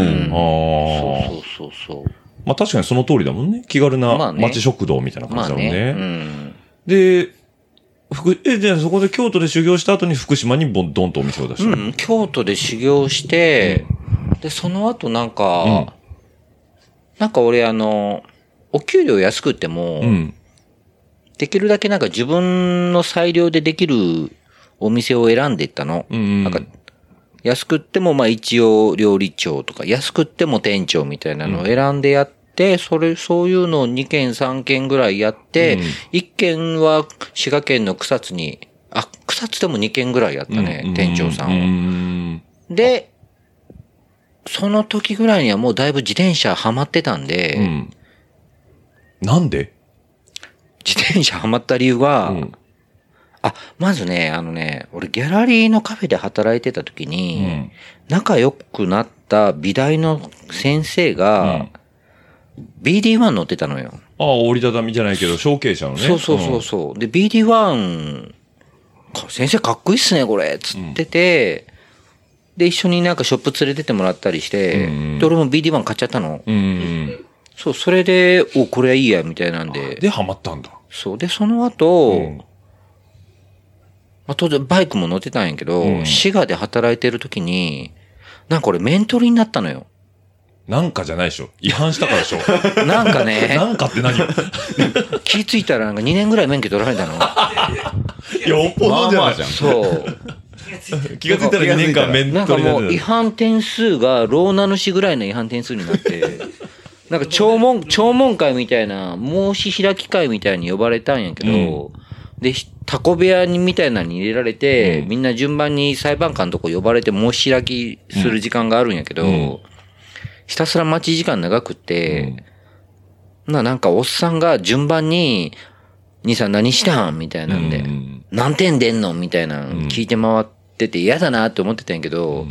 S4: あ。
S8: そうそうそう。
S4: まあ確かにその通りだもんね。気軽
S8: ま
S4: な
S8: あね
S4: 町食堂みたいな感
S8: ま
S4: じ
S8: あ
S4: だもん
S8: ね。う
S4: ね。
S8: ん。
S4: で、福、え、じゃあそこで京都で修行した後に福島にボンドンとお店を出した。
S8: うん、京都で修行して、で、その後なんか、
S4: うん
S8: なんか俺あの、お給料安くても、
S4: うん。
S8: できるだけなんか自分の裁量でできるお店を選んでいったの。
S4: うんうん
S8: なんか安くってもまあ一応料理長とか、安くっても店長みたいなのを選んでやって、それ、そういうのを2件3件ぐらいやって、1件は滋賀県の草津に、あ、草津でも2件ぐらいやったね、
S4: うん
S8: 店長さんを。
S4: うん。
S8: で、その時ぐらいにはもうだいぶ自転車ハマってたんで、
S4: うん。なんで
S8: 自転車ハマった理由は、
S4: うん
S8: あ、まずね、あのね、俺ギャラリーのカフェで働いてた時
S4: う
S8: に、
S4: ん。
S8: 仲良くなった美大の先生が、BD1 乗ってたのよ。
S4: ああ、折りたたみじゃないけど、承継者のね。
S8: そうそうそうそう。で、BD1、か先生かっこいいっすね、これ、つってて、で、一緒になんかショップ連れてってもらったりして、
S4: うん
S8: で、俺も BD1 買っちゃったの。
S4: うん。うん。
S8: そう、それで、お、これはいいや、みたいなんで。
S4: で、ハマったんだ。
S8: そう。で、その後、
S4: うん
S8: まあ、当然バイクも乗ってたんやけど、
S4: うん
S8: 滋賀で働いてる時に、なんか俺メントリーになったのよ。
S2: なんかじゃないでしょ。違反したからでしょ。
S8: なん かね
S2: な、んかって何よ。
S8: 気づいたらなんか2年ぐらい免許取られたの。
S2: よっぽどじゃな
S5: まあまあ
S2: い
S5: じ。ゃん。
S8: そう。
S2: 気がついたら2年間面
S8: なんか
S2: 取り
S8: もう違
S2: で。
S8: 反点数がローナ主ぐらいの違反点数になって、なんか聴聞、聴聞会みたいな、申し開き会みたいに呼ばれたんやけど、で、ひタコ部屋にみたいなのに入れられて、
S2: うん
S8: みんな順番に裁判官のとこ呼ばれて申し開きする時間があるんやけど、
S2: うん
S8: ひたすら待ち時間長くって、な、なんかおっさんが順番に、兄さん何したんみたいなんで、
S2: うん
S8: 何点出んのみたいなの聞いて回ってて嫌だなって思ってたんやけど、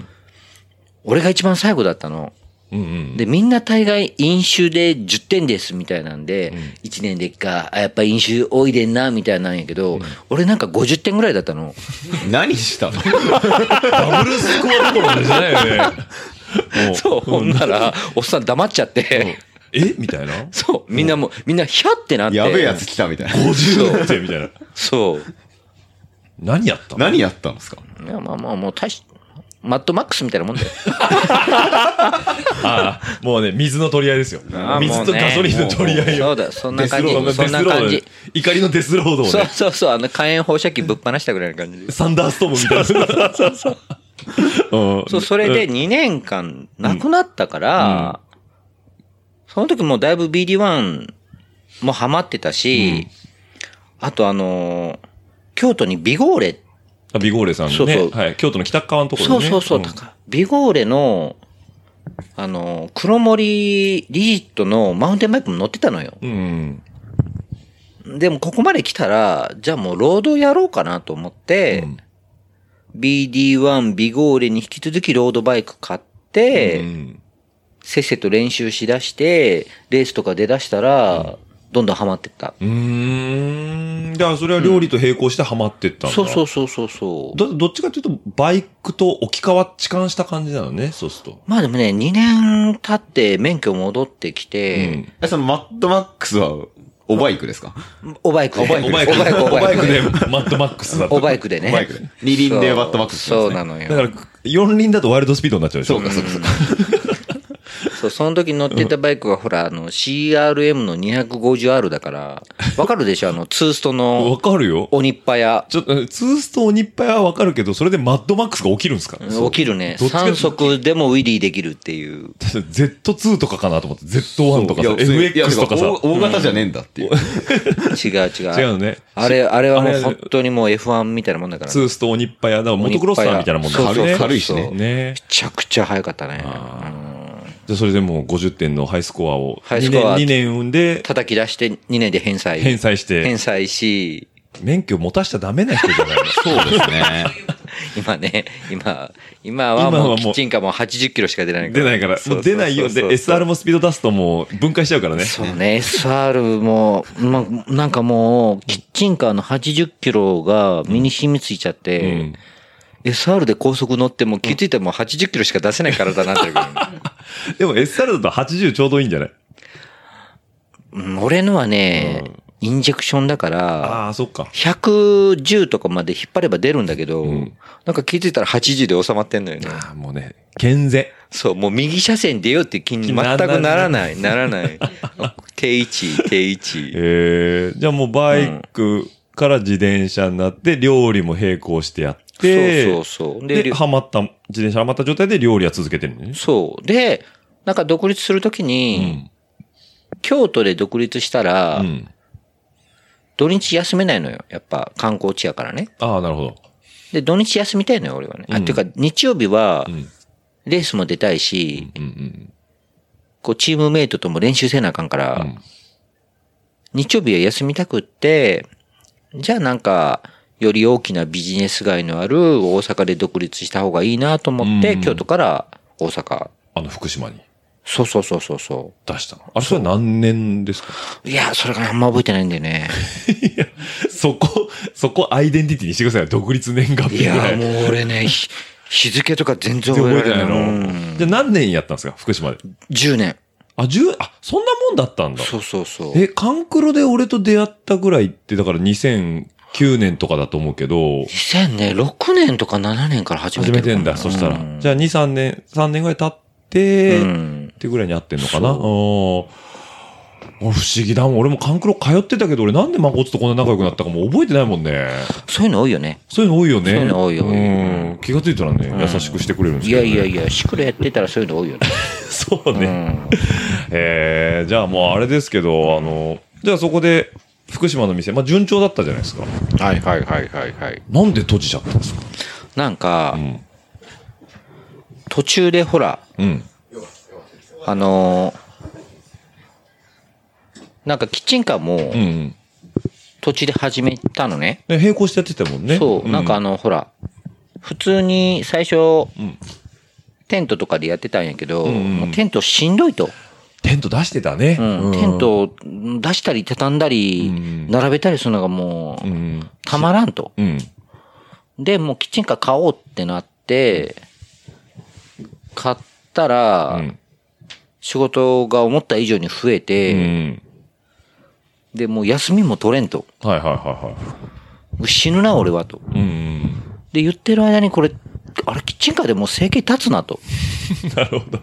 S8: 俺が一番最後だったの。
S2: うんうん。
S8: で、みんな大概飲酒で10点ですみたいなんで、1年でっか、あやっぱ飲酒多いでんな、みたいなんやけど、俺なんか50点ぐらいだったの。
S5: 何した の
S2: ダブルスコアどころじゃないよね。もう
S8: そう、ほんなら、おっさん黙っちゃって、
S2: えみたいな。
S8: そう、みんなもう、みんなヒャってなって。
S5: やべえやつ来たみたいな。
S2: 50点みたいな。
S8: そう。
S2: 何やったの
S5: 何やったんですか
S8: いや、まあまあ、もう大し、マットマックスみたいなもんだよ。
S2: ああ、もうね、水の取り合いですよ。
S8: ああもうね
S2: 水とガソリンの取り合い
S8: そう
S2: よ。
S8: だ、そん
S2: デ
S8: な
S2: ス
S8: 感
S2: ロ
S8: じ
S2: ー。ド、
S8: そんな感じ
S2: デ。スロード怒りのデスロードを
S8: そう
S2: ね、
S8: そうそう、あの火炎放射器ぶっ放したぐらいの感じで。
S2: サンダーストームみたいな。そうそうそう。
S8: そう、それで2年間なくなったから、その時もうだいぶ BD1 もハマってたし、あとあのー京都にビゴーレ、
S2: あビゴーレさんの
S8: そうそ
S2: ね
S8: う、
S2: はい、京都の北側のとこ
S8: そ
S2: ろ
S8: う
S2: ね。
S8: そうそう、
S2: ん
S8: 高いビゴーレの、あのー黒森リジットのマウンテンバイクも乗ってたのよ。
S2: うん。
S8: でもここまで来たら、じゃあもうロードやろうかなと思って、BD1 ビゴーレに引き続きロードバイク買って、
S2: うん
S8: せっせと練習しだして、レースとか出だしたら、どんどんハマってった。
S2: うーん。だからそれは料理と並行してハマってったんだ。
S8: そうそうそうそうそう。
S2: ど、どっちかというと、バイクと置き換わ、痴漢した感じなのね、そうすると。
S8: まあでもね、2年経って免許戻ってきて、
S5: え、そのマッドマックスは、おバイクですか
S8: おバイクで。お
S2: おバイク
S8: おバイク、お
S2: お
S8: バ
S2: バ
S8: イ
S2: イ
S8: ク
S2: クで、
S8: で。
S2: マッドマックスだ
S8: お
S2: と。
S8: バイクでね。
S5: おバイクで二輪でマッドマックスしますね
S8: そうそうなの
S2: だ
S8: よ。
S2: から、四輪だとワイルドスピードになっちゃうでしょ。
S5: そうか、そうか、そうか。
S8: そう、その時乗ってたバイクがほら、あの、CRM の 250R だから、わかるでしょあの、ツースト
S2: わ
S8: の
S2: かるよ。
S8: 鬼っぱや。
S2: ちょっと、ツースト鬼っぱいはわかるけど、それでマッドマックスが起きるんですか
S8: 起きるね。
S2: どっちか
S8: 3速でもウィリーできるっていう。
S2: Z2 とかかなと思って、Z1 とかさ、
S5: いや
S2: MX とかさ
S5: 大。大型じゃねえんだっていう。
S8: 違う違 う。
S2: 違うのね
S8: あれ、あれはも
S2: あ
S8: う
S2: れ
S8: 本当にもう F1 みたいなもんだからね、
S2: ツースト鬼っぱいや、だからモトクロスターみたいなもんだから
S5: そう
S2: ね。
S5: そう軽いしね
S2: ね
S8: め。ちゃくちゃ速かったね。
S2: じゃあそれでもう50点のハイスコアを、
S8: ハイスコア
S2: 2年、2年産んで、
S8: 叩き出して2年で返済。
S2: 返済して
S8: 返、済し、
S2: 免許持たしちゃダメな人じゃないの
S5: そうですね。
S8: 今ね、今、今は
S2: 今はも
S8: もう
S2: う
S8: キッチンカーも80キロしか出ない か
S2: 出
S8: ら。
S2: ないから、もう出ないようで、SR
S8: も。
S2: もスピード出すともう分解しちゃうからね。
S8: そうね、SR も、ま、なんかもう、キッチンカーの80キロが身に染みついちゃって、
S2: うん
S8: SR で高速乗っても気づいたらもう80キロしか出せない体になってるからね、
S2: でも SR だと80ちょうどいいんじゃない
S8: うん俺のはね、インジェクションだから、
S2: ああ、そっか。
S8: 110とかまで引っ張れば出るんだけど、なんか気づいたら80で収まってんのよね。
S2: ああ、もうね、健全。
S8: そう、もう右車線出ようって気に全くならない、な らない。定位置、定位置。
S2: ええじゃあもうバイクから自転車になって、料理も並行してやって、
S8: そうそうそう。
S2: で、
S8: で、
S2: ハマった、自転車ハマった状態で料理は続けてるのね。
S8: そう。で、なんか独立するときに、京都で独立したら、
S2: うん。
S8: 土日休めないのよ。やっぱ観光地やからね。
S2: ああ、なるほど。
S8: で、土日休みたいのよ、俺はね。あ、ていうか、日曜日は、レースも出たいし、こう、チームメイトとも練習せなあかんから、日曜日は休みたくって、じゃあなんか、より大きなビジネス街のある大阪で独立した方がいいなと思って、京都から大阪。
S2: あの、福島に
S8: そうそうそうそうそ
S2: 出したの。あれ、それ何年ですか
S8: う。いや、それがあんま覚えてないんだよね。
S2: そこ、そこアイデンティティにしてくださいよ。独立年月
S8: い
S2: 日ぐら
S8: や、
S2: い。
S8: もう 俺ね、ひ日付とか全然覚
S2: 覚え
S8: えて
S2: て
S8: な
S2: ないい
S8: の。
S2: の。じゃあ何年やったんですか福島で。
S8: 10年。
S2: あ、十あ、そんなもんだったんだ。
S8: そうそうそう。
S2: え、カンクロで俺と出会ったぐらいって、だから2009
S4: 9年とかだと思うけど、
S8: 2000年、6年とか7年から始め
S4: 始
S8: て
S4: め
S8: るか
S4: て
S8: な。
S4: んだ、そしたら
S8: う。ん
S4: じゃあ2、3年、3年ぐらい経って、
S8: うん
S4: ってぐらいに合ってんのかな。うん
S8: そう
S4: 俺不思議だもん。俺も勘九郎通ってたけど、俺なんでマコツとこんな仲良くなったかも覚えてないもんね。
S8: そういうの多いよね。
S4: そういうの多いよね。
S8: そういうの多いよ
S4: うん。気がついたらね、優しくしてくれるんです
S8: い
S4: けど
S8: や
S4: ね、
S8: いやいや、シクロやってたらそういうの多いよね。
S4: そう
S8: う
S4: ね。
S8: ん。
S4: えー、じゃあもうあれですけど、あの、じゃあそこで、福島の店、まあ順調だったじゃないですか。
S8: はいはいはいはいはい。
S4: なんで閉じちゃったんですか
S8: なんか、
S4: ん
S8: 途中でほら、
S4: うん。
S8: あのーなんかキッチンカーも
S4: うんうん。
S8: 途中で始めたのね。
S4: で並行してやってたもんね。
S8: そう、なんかあの、ほら、普通に最初、
S4: ん
S8: テントとかでやってたんやけど、
S4: んうん
S8: もうテントしんどいと。
S4: テント出してたね。
S8: うんテントを出したり畳んだり、
S4: うん
S8: 並べたりするのがも
S4: う
S8: う、
S4: ん。
S8: たまらんと。
S4: うん。
S8: で、もうキッチンカー買おうってなって、買ったら、
S4: うん
S8: 仕事が思った以上に増え
S4: う
S8: て、
S4: ん。
S8: で、もう休みも取れんと。
S4: はいはいはいは
S8: 死ぬな、俺はと。
S4: い。うん。
S8: で、言ってる間にこれ、あれ、キッチンカーでもう生計立つなと。
S4: なるほど。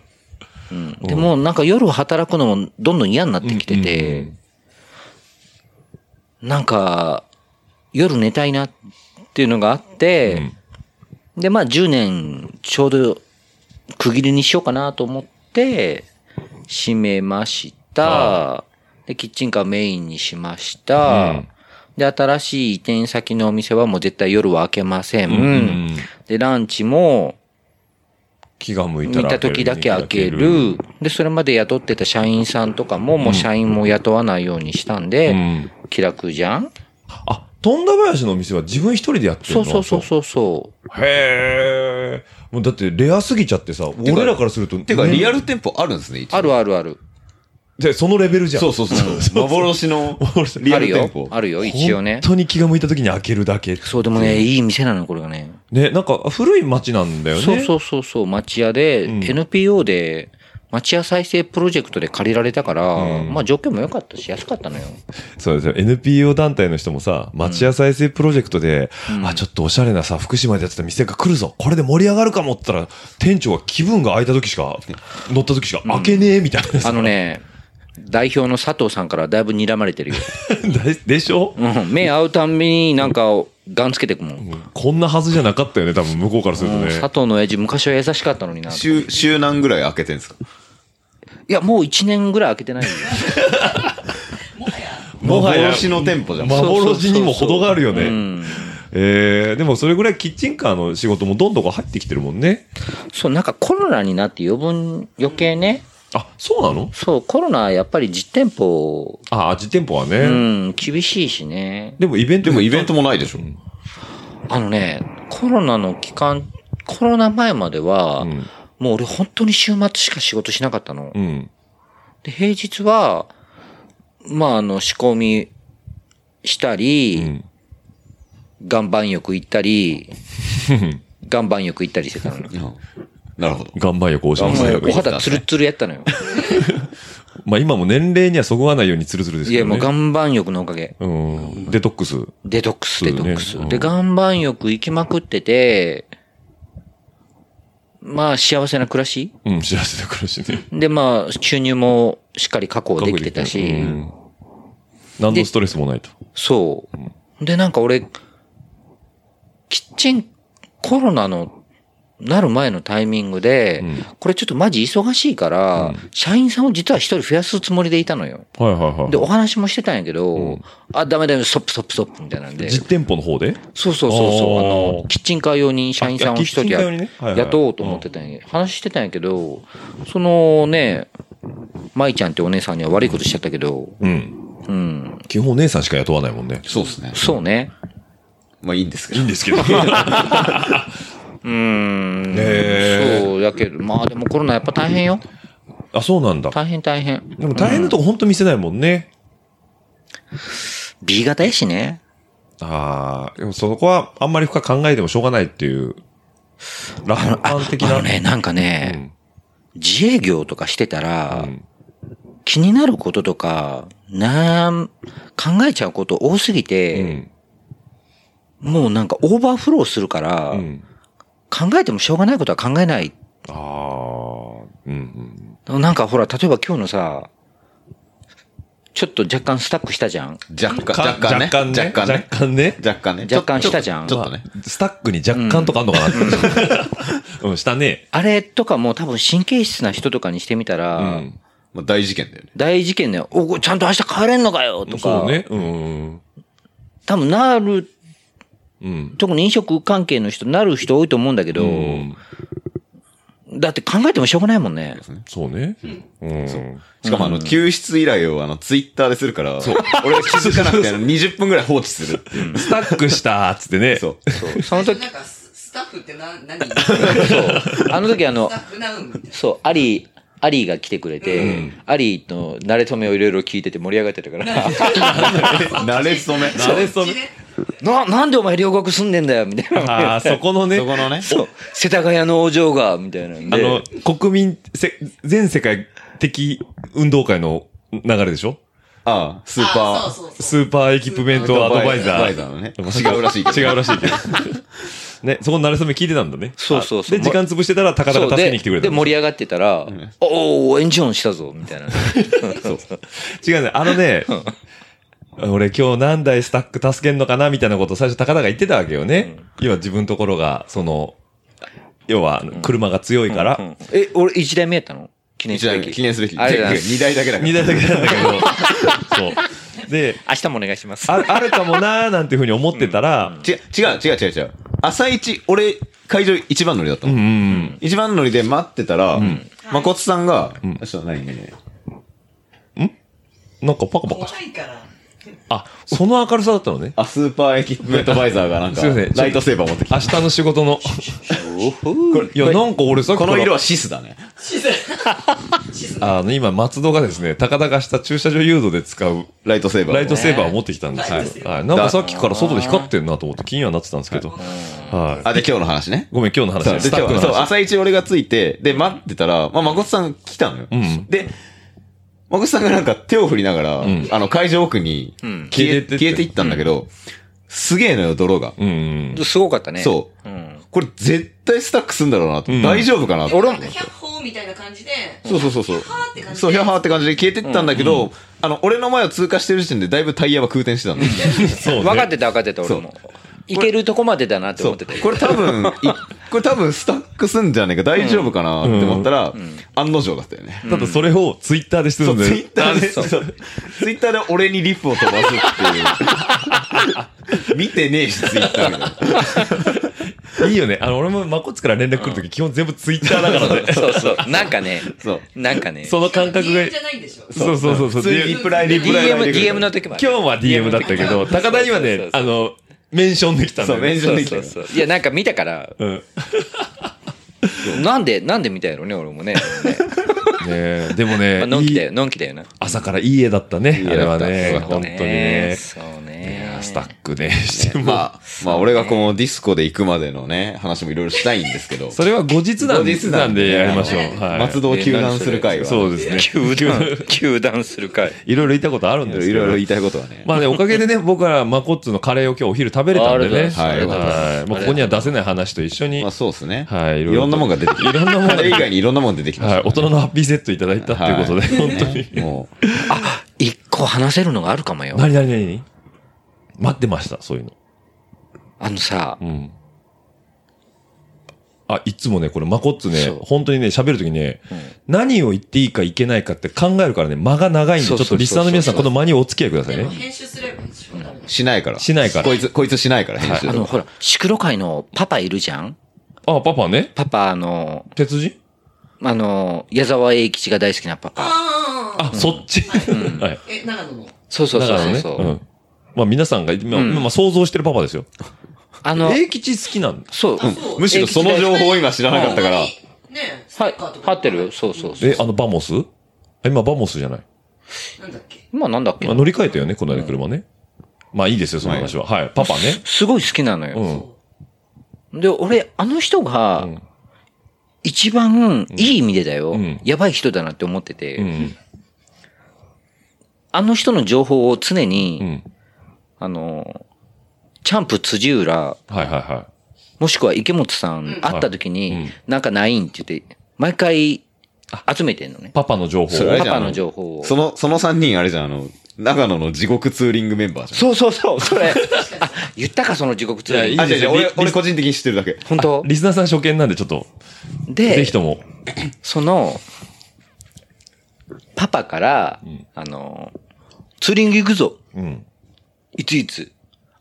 S8: でもうなんか夜働くのもどんどん嫌になってきて
S4: うんう
S8: て、なんか夜寝たいなっていうのがあって、でまあ10年ちょうど区切りにしようかなと思って閉めました。で、キッチンカーメインにしました。で、新しい移転先のお店はもう絶対夜は開けません。
S4: ん。
S8: で、ランチも
S4: 気が向いた
S8: 見
S4: ら
S8: た時だけ開ける。。で、それまで雇ってた社員さんとかも、もう社員も雇わないようにしたん
S4: う
S8: で、
S4: ん。
S8: 気楽じゃん
S4: あ、富田林のお店は自分一人でやってるの
S8: そうそうそうそうそう。
S4: う。へえ。もうだってレアすぎちゃってさ、俺らからすると。
S5: てか、リア
S4: ル
S5: ル店舗あるんですね、一応
S8: あるあるある。
S4: で、そのレベルじゃん。
S5: そうそうそう。幻のリ
S8: あ
S5: ア
S8: る
S5: ル
S8: よ
S5: 店舗。。
S8: あるよ、一応ね
S4: 本。当に気が向いた時に開けるだけ。
S8: そう、でもね、いい店なの、これがね。
S4: ね、なんか古い町なんだよね。
S8: そうそうそうそう、町屋で、NPO で、町屋再生プロジェクトで借りられたから、まあ条件も良かったし、安かったのよ。
S4: そうですよ。NPO 団体の人もさ、町屋再生プロジェクトで、あ、ちょっとおしゃれなさ、福島でやってた店が来るぞ。これで盛り上がるかもって言ったら、店長が気分が空いた時しか、乗った時しか開けねえみたいなさ。
S8: あのね、代表の佐藤さんからだいぶ睨まれてるよ。
S4: ででしょ、
S8: うん目合うたんびになんか、ガンつけてくもん。
S4: こんなはずじゃなかったよね、多分向こうからすると
S8: う
S4: ね。
S8: ん佐藤の親父昔は優しかったのにな。い
S5: 週、週何ぐらい開けてんですか
S8: や、もう1年ぐらい開けてないよ。
S4: もはや
S5: 幻の店舗じゃん。
S8: う
S4: 幻にも程があるよ
S8: う
S4: ね。
S8: ん。
S4: えー、でもそれぐらいキッチンカーの仕事もどんどん入ってきてるもんね。
S8: そう、なんかコロナになって余分、余計ね。
S4: あ、そうなの
S8: そう、コロナやっぱり実店舗、
S4: あ、味店舗はね。
S8: うん、厳しいしね。
S4: でもイベント
S5: でもイベントもないでしょ。
S8: あのね、コロナの期間、コロナ前までは、
S4: ん
S8: もう俺本当に週末しか仕事しなかったの。
S4: うん。
S8: で、平日は、まあ、あの、仕込みしたり、
S4: ん
S8: 岩盤浴行った り、岩盤浴行ったりしてたのよ。
S5: なるほど。
S4: 岩盤浴大島
S5: 岩
S4: さ
S5: 盤
S4: ん
S5: 浴。
S8: お肌ツルツルやったの よ。
S4: まあ今も年齢にはそぐわないようにツルツルです
S8: い
S4: け
S8: や、
S4: ど
S8: も
S4: ね。
S8: う岩盤浴のおかげ。
S4: うん。デトックス。
S8: デトックス、
S4: そうね
S8: デトックス。
S4: うん
S8: で、岩盤浴行きまくってて、まあ、幸せな暮らし
S4: うん、知らせてくるしね。
S8: で、まあ、収入もしっかり確保できてたし、
S4: うん何のストレスもないと。
S8: そう。で、なんか俺、キッチン、コロナの、なる前のタイミングで、これちょっとマジ忙しいから、社員さんを実は一人増やすつもりでいたのよ。
S4: はいはいはい。
S8: で、お話もしてたんやけど、あ、ダメだよ、ストップストップストップみたいなんで。
S4: 実店舗の方で
S8: そうそうそうそう、あ
S4: おー
S8: の、キッチンカー用に社員さんを一
S4: あ
S8: 人
S4: キッチンカー用にねはいはい
S8: 雇おうと思ってたんや、話してたんやけど、そのね、舞ちゃんってお姉さんには悪いことしちゃったけど、
S4: うん。
S8: うん、
S4: 基本お姉さんしか雇わないもんね。
S5: そうですね。
S8: そうね。
S5: まあいいんですけど。
S4: ですけど。
S8: うーん。
S4: へ
S8: そうやけど、まあでもコロナやっぱ大変よ。
S4: あ、そうなんだ。
S8: 大変大変。
S4: でも大変なとこ本当見せないもんね。
S8: B 型やしね。
S4: ああ、でもそこはあんまり深く考えてもしょうがないっていう、楽観的
S8: あ
S4: な。
S8: のね、なんかね、自営業とかしてたら、
S4: ん
S8: 気になることとか、なん、考えちゃうこと多すぎ
S4: う
S8: て、
S4: ん。
S8: もうなんかオーバーフローするから、
S2: うん。
S8: 考えてもしょうがないことは考えない。
S2: ああ、うんうん。
S8: なんかほら、例えば今日のさ、ちょっと若干スタックしたじゃん。
S5: 若干、若干ね。
S2: 若干ね。
S5: 若干ね。
S2: 若干ね。
S5: 若干ね。
S8: 若干したじゃん
S5: ちょっとね。
S2: スタックに若干とかあんのかなって。 うん、したね。
S8: あれとかも多分神経質な人とかにしてみたら、
S2: うん。
S5: まあ大事件だよね。
S8: 大事件だよ。おこれちゃんと明日帰れんのかよと
S2: そ
S8: か、
S2: うね。うん。
S8: 多分なる、
S2: うん。
S8: 特に飲食関係の人、なる人多いと思うんだけど、
S2: うん。
S8: だって考えてもしょうがないもんね。
S2: そうね。うん。
S5: しかもあの、救出依頼をあの、ツイッターでするから、俺気づかな くてあの20分ぐらい放置するっていう。
S2: スタックしたーっつってね。
S5: そう。
S8: その時、
S9: なんかス、スタッフってな、何ス
S8: あの時あの
S9: タッ、フナウンみたいな。
S8: そう、アリー、アリーが来てくれて、アリーの慣れ初めをいろいろ聞いてて盛り上がってたから、
S5: 慣れ初め。
S2: 慣れ初め
S9: こっちね
S8: な、なんでお前両国住んでんだよ、みたいな。
S2: ああ、そこのね
S5: そ。このね。
S8: そう、世田谷のお嬢が、みたいなん
S2: あ
S8: で。
S2: の、国民、せ、全世界的運動会の流れでしょ
S5: ああ、スー
S9: あ
S5: パ
S9: そうそう
S2: ス
S9: そう。
S2: ーパーエキプメントアドバイザ
S5: アドバイ
S2: ー
S5: ザーのね。
S2: 違
S5: 違うらしいけど。
S2: 違うらしいけど。ね、そこの慣れ初め聞いてたんだね。
S8: そうそうそう
S2: で、時間潰してたら、高田
S8: そう
S2: が助けに来てく
S8: で
S2: れた
S8: で、
S2: んです
S8: 盛り上がってたら、おおエンジョンしたぞ、みたいな。
S2: 違うね。あのね、俺今日何台スタック助けんのかなみたいなことを最初高田が言ってたわけよね。要は自分のところが、その、要は車が強いから、
S8: え、俺1台目やったの記念す
S5: 一台
S8: べ
S5: 目
S8: き。
S5: 記念すべき。
S8: ありがとうございます
S5: 2台だけだから。
S2: 2台だけなんだけど、そう。で、
S8: 明日もお願いします。
S2: あるあるかもなーなんていうふうに思ってたら、
S5: 違う、違う、違う、違う、違う。朝一、俺、会場一番乗りだったの。
S2: うん、
S5: 一番乗りで待ってたら、誠さんが、ちょっと何何
S2: なんかパカパカし
S9: 怖いから。
S2: あ、その明るさだったのね。
S5: あ、スーパーエキプメントバイザーがなんか、
S2: すいません
S5: ライトセーバー持ってきた。
S2: 明日の仕事の。いや、なんか俺さっきか
S5: こ
S2: ら
S5: の色はシスだね。
S2: あの、今、松戸がですね、高々した駐車場誘導で使う
S5: ライトセーバーを。
S2: ライトセーバーを持ってきたんですよ。はい。なんかさっきから外で光ってんなと思って気にはなってたんですけど。はい。
S5: あ、で、今日の話ね。
S2: ごめん、今日の話
S5: そう
S2: で
S5: で
S2: スタッ
S5: 今
S2: フの
S5: 日そう、
S2: 話。
S5: 朝一俺がついて、で、待ってたら、まあ、誠さん来たのよ。
S2: ん
S5: で、誠さんがなんか手を振りながら、
S2: ん
S5: あの、会場奥に消
S2: 消えて
S5: え、
S2: って
S5: 消えていったんだけど、すげえのよ、泥が。
S2: うんうん。
S8: すごかったね。
S5: そう。
S8: うん。
S5: これ絶対スタックすんだろうなと、
S2: うん
S5: 大丈夫かなと思
S8: 俺
S5: っ
S8: も
S5: て。
S9: 百歩みたいな感じで、
S5: そうそうそうそう
S9: はーって感。じ
S5: そう、ヒャハーって感じで消えてったんだけど、あの、俺の前を通過してる時点でだいぶタイヤは空転してたんだよ。
S2: そうね。
S8: 分かってた分かってた、俺も。いけるとこまでだなって
S5: そ
S8: 思っ
S5: う。
S8: てたよ。
S5: これ多分、いこれ多分スタックすんじゃねえか、大丈夫かなって思ったら、案の定だったよね。
S2: ただそれをツイッターでして
S5: そ
S2: る
S5: う、
S2: ん
S5: ツ
S2: で。
S5: イッターで、そう
S8: う
S5: ツイッターで俺にリップを飛ばす っていう。見てねえし、ツイッターみたいない
S2: いよね。あの、俺もマコッチから連絡来るとき、基本全部ツイッターだからね。
S8: そうそう。なんかね、
S5: そう。
S8: なんかね、
S2: その感覚が
S9: DM。じゃないんでしょ。
S2: そうそうそうそう。
S5: 普通に
S2: で
S5: リプライ、リプライ
S8: DM
S5: が出、てく
S8: DM
S5: る。
S8: の時もあ る
S2: 今日は DM だったけど、高田には
S8: そうそう
S2: ね、
S8: そ
S2: あの、メンションできたんだ
S5: そう、
S2: よ
S5: メ
S2: ね。
S5: ンションできた
S8: そ
S5: よ
S8: うそうそう。いや、なんか見たから、
S2: うん。ね
S8: なんで、なんで見たやろね、俺もね。
S2: えでも
S8: ま
S2: ね
S8: あ、のんきだよ、
S2: いい
S8: のんきだよな。
S2: 朝からいい絵だったね。あれはね、
S8: そう
S2: 本当にね。
S8: そう
S2: いや
S8: ね
S2: ー。スタックね。 しても
S5: まあ、まあ俺がこのディスコで行くまでのね、話もいろいろしたいんですけ ど。
S2: それは後日談
S5: 後日談
S2: なんでやりましょう。はい。
S5: 松戸を休断する会は。
S2: そうですね。
S8: 球団、 球団するかい。
S2: いろいろ言ったことあるんですけ
S5: い
S2: ど。
S5: ろいろ言いたいことはね。
S2: まあね、おかげでね、僕らマコッツのカレーを今日お昼食べれたんでね。
S5: あ
S2: は
S5: り
S2: い。
S5: がとうございます
S2: はいまあここには出せない話と一緒に、
S5: まあ
S2: は
S5: そうですね。
S2: はいい
S5: い
S2: ろいろと
S5: ろんなもんが出てきた。いろんなもん。以外にいろんなもん出てきました
S2: い。
S5: ね。
S2: 大人のハッピーセットいただいたっていうことで、本当に。
S5: に。も
S8: 一個話せるのがあるかもよ。
S2: なになになに待ってました、そういうの。
S8: あのさ、
S2: うん。あ、いつもね、これ、マコッツね
S8: そう、
S2: 本当にね、喋るときね、何を言っていいかいけないかって考えるからね、間が長いんで、ち
S8: そ
S2: ょ
S8: う
S2: っ
S8: そう
S2: とリスナーの皆さん、
S8: そ
S2: こ
S8: うそう
S2: の間にお付き合いください
S9: でも
S2: ね。
S9: 編集すればいいでしょ。多分
S5: う、しないから。
S2: しないから
S5: こいつ、こいつしないから、編集
S8: あの、ほら、シクロ界のパパいるじゃん
S2: あ、パパね
S8: パパ、あの、
S2: 鉄人
S8: あの、矢沢永吉が大好きなパパ。
S9: ああ。
S2: あ、そっち。 はい。
S9: え、長野の。
S8: そうそう
S2: だ
S8: そ
S2: か
S8: うそ
S2: ら
S8: う
S2: ね。
S8: そう、
S2: うん。まあ皆さんが、今、
S8: ん
S2: まあ想像してるパパですよ。
S8: あの、
S2: 英吉好きなんです。
S8: そう、
S9: あそう
S5: むしろその情報を今知らなかったから。
S9: ねサ
S8: は
S9: ッ
S8: い
S9: カーと、か
S8: はってるよそうそうそう。
S2: え、あの、バモスあ今、バモスじゃない。
S9: なんだっけ。
S8: 今なんだっけ
S2: あ乗り換えたよね、この間車ね。まあいいですよ、その話は。はい。パパね。
S8: すごい好きなの
S2: う
S8: よ。
S2: ん。
S8: で、俺、あの人が
S2: ん、
S8: 一番いい意味でだよ、
S2: ん
S8: やばい人だなって思ってて、
S2: うん。
S8: あの人の情報を常に、
S2: うん。
S8: あの、チャンプ辻浦、
S2: はいはいは
S8: もしくは池本さん会った時に、
S2: はいうん
S8: なんかないんって言って、毎回集めてんのね
S2: い。。パパの情報
S5: それ
S2: を
S5: あれ
S8: パ
S5: じゃん
S8: パの情報を。
S5: その、その3人あれじゃん、あの、長野の地獄ツーリングメンバーじ
S8: そうそうそう、 それ。あ、言ったか、その地獄ツーリン
S5: ゃん。
S8: グ
S5: あ、違う違う、
S2: リ
S5: 俺
S2: リ、
S5: 俺個人的に知ってるだけ。
S8: 本当
S2: リスナーさん初見なんでちょっと、ぜ
S8: で
S2: ひ、とも。
S8: その、パパから、あの、ツーリング行くぞ。
S2: うん。
S8: いついつ。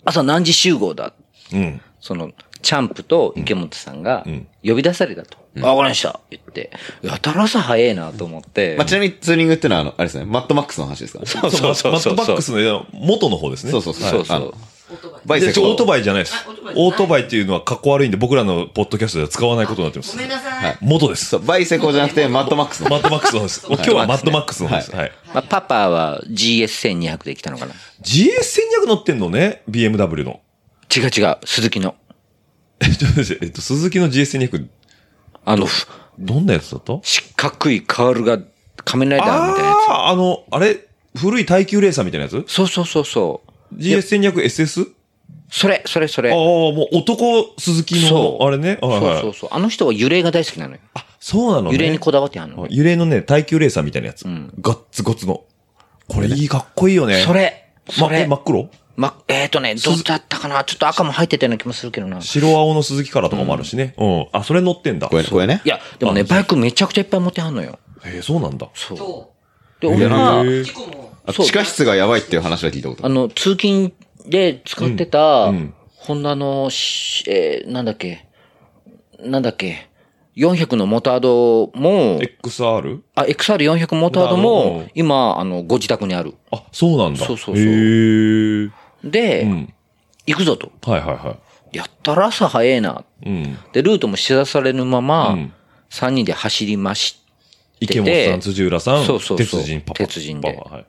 S8: 朝何時集合だ。
S2: うん。
S8: その、チャンプと池本さんが
S2: ん、
S8: 呼び出されたと。あ、わかりました。言って、やたら朝早いなと思って
S5: まあ、。ちなみにツーリングってのは、あの、あれですね、マットマックスの話ですからね。
S2: そうそうそう。マットバックスの元の方ですね。
S5: そうそう
S8: そうそ
S5: あの
S8: う。
S5: バイセ
S2: でち
S5: ク
S2: ょ
S5: の
S2: オートバイじゃないです
S9: あオートバイ。
S2: オートバイっていうのは格好悪いんで僕らのポッドキャストでは使わないことになってま
S9: ご
S2: す
S9: め。んなさい。
S5: はい
S2: 元です
S5: そ。う、バイセコじゃなくて、マットマックスの。
S2: マットマックスの方です。今日はマットマックスの方です。はい。
S8: まあ、パパは GS1200 で来たのかな。
S2: GS1200 乗ってんのね ?BMW の。
S8: 違う違う、鈴木の。
S2: えちょっと待ってえっと、鈴木の GS1200、
S8: あの、ふ
S2: どんなやつだった
S8: 四角いカールが仮面ライダーみたいなや
S2: ああ、あの、あれ古い耐久レーサーみたいなやつ
S8: つ。そうそうそうそう。
S2: ?GS1200SS?
S8: それ、それ、そ
S2: ああ、
S8: れ。
S2: もう男鈴木の
S8: そ、う
S2: あれね。はい
S8: そう
S2: はい
S8: そうそう。あの人は揺れが大好きなのよ。
S2: あ、そうなのね。
S8: 揺れにこだわってあんのね。
S2: 揺れのね、耐久レーサーみたいなやつ。
S8: ん
S2: ガッツゴツの。これいい、かっこいいよね。
S8: それ、そ
S2: ま、え
S8: れ。
S2: 真っ黒
S8: ま、えっ、とね、どっちだったかなちょっと赤も入ってたような気もするけどな。い
S2: 白青の鈴木カラーとかもあるしね。うん。あ、それ乗ってんだ。
S5: これ、これね。
S8: や、でもね、バイクめちゃくちゃいっぱい持ってはんのよ。
S2: へえ、そうなんだ。
S8: そう。
S9: と、
S8: で、俺は、
S2: へえ
S9: 事故も、
S5: あ
S8: そう
S5: 地下室がやばいっていう話は聞いたことあ
S8: あ
S5: る。
S8: の、通勤で使ってた、
S2: うんうん
S8: ホンダのし、えーなんだっけ、なんだっけ、400のモタードも、
S2: XR?
S8: あ、XR400 モタード
S2: モタード
S8: も
S2: うん、
S8: 今、あの、ご自宅にある。
S2: あ、そうなんだ。
S8: そうそうそう
S2: へえ。
S8: で、
S2: うん。
S8: 行くぞと。
S2: はいはいは
S8: やったら朝早いな。
S2: い。うん。
S8: で、ルートも知らされぬまま、
S2: うん
S8: 3人で走りまし
S2: 池本さん、辻浦さん、
S8: そうそうそう
S2: 鉄人パパ。
S8: 鉄人で
S2: パパはい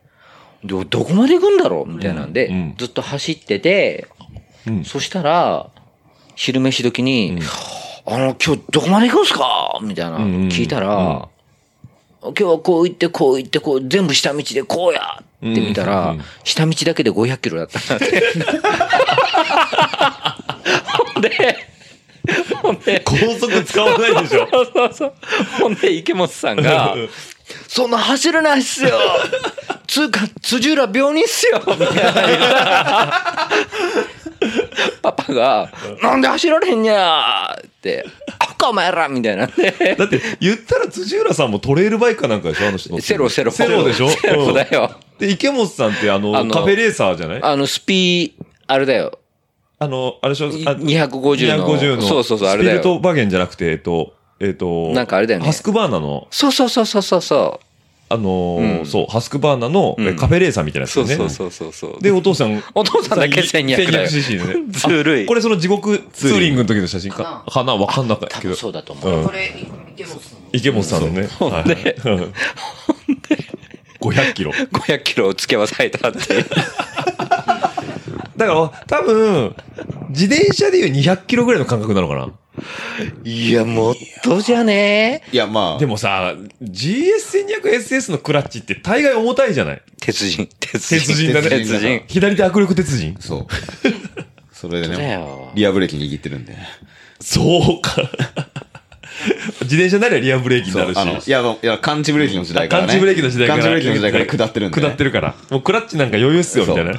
S8: ど、どこまで行くんだろうみたいなんで、
S2: うんうん
S8: ずっと走ってて、
S2: うん
S8: そしたら、昼飯時に、あの、今日どこまで行くんすかみたいな、
S2: うんうん
S8: 聞いたら、今日はこう行って、こう行って、こう、全部下道でこうやって見たら、
S2: うんうんうん
S8: 下道だけで500キ ロだったん だって。ほんで、ほんで、
S2: 高速使わないでしょ。
S8: そうそうそう。ほんで、池本さん が、そんな走れないっすよつうか、辻浦病人っすよみたいな言ったらパパが、なんで走られへんにゃーって、あっかお前らみたいなんで、
S2: だって、言ったら辻浦さんもトレイルバイクかなんかでしょあの人乗って
S8: セ
S2: るの
S8: ロセロ。
S2: セロでしょ
S8: セロだよ。
S2: うんで、池本さんってあの、
S8: あの
S2: カフェレーサーじゃないあ
S8: あの、スピー、あれだよ。
S2: の、あれでしょあ
S8: 250の。
S2: 250の。
S8: そうそうそう、あれだ
S2: スピルト
S8: よ。
S2: バーゲンじゃなくて、えっと、えっと、
S8: なんかあれだよね
S2: ハスクバーナの、
S8: そうそうそうそうそうそ
S2: あのー
S8: うん
S2: そう、ハスクバーナの、え
S8: うん
S2: カフェレーサーみたいなやつ
S8: う。
S2: ね。
S8: そうそうそうそう。
S2: で、お父さん。
S8: お父さんだけ1200だよ
S2: 1200cc でね。
S8: ずるい
S2: あこれその地獄ツーリングの時の写真
S9: か
S2: か。かなわかんなかった
S8: 多
S2: け
S8: 分
S2: ど。
S8: そうだと思う。
S2: うん
S9: これ、池本さんの。
S2: 池本さんのね。はい うん500キロ。
S8: 500キロをつけ忘れたって。
S2: だから、多分、自転車でいう200キロぐらいの感覚なのかな。
S8: いや、もっとじゃね
S5: いや、まあ、
S2: でもさ、GS1200SS のクラッチって大概重たいじゃない
S8: 鉄人、鉄
S2: 鉄人だね。
S5: 鉄人
S2: 左手握力鉄人。
S5: そう。 それで
S8: だ
S5: ね、
S8: よ。
S5: リアブレーキ握ってるんで。
S2: そうか。 自転車ならリアブレーキに
S5: そ
S2: な
S5: う
S2: る、し。
S5: あの、いや、あのいや、感知ブレーキの時代からね。
S2: 感知ブレーキの時代から。
S5: 感知ブレーキの時代から下ってるんでね。
S2: 下ってるから。もうクラッチなんか余裕っすよ、みたいな。っ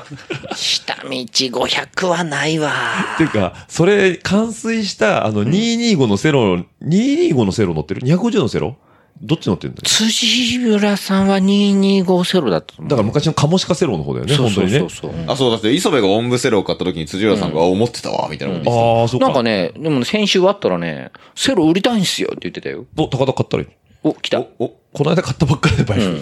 S8: 下道500はないわ。
S2: ていうか、それ、冠水した、あの、225のセロ、225のセロ乗ってる ?250 のセロどっち乗ってるんだっけ
S8: 辻浦さんは2250だったと思う。
S2: だから昔のカモシカセロの方だよね、
S8: そう
S2: 本当
S8: そう
S2: に
S8: そ
S2: ね
S8: う。そう。
S5: あ、そうだって、磯部がオンブセロを買った時に辻浦さんが、あ思ってたわ、みたいなこと言って
S2: ああ、そう
S8: なんか
S2: か。
S8: ね、でも先週あったらね、セロ売りたいんすよって言ってたよ。
S2: お、高田買ったらいい。
S8: お、来た。
S2: お、この間買ったばっかりでバイク。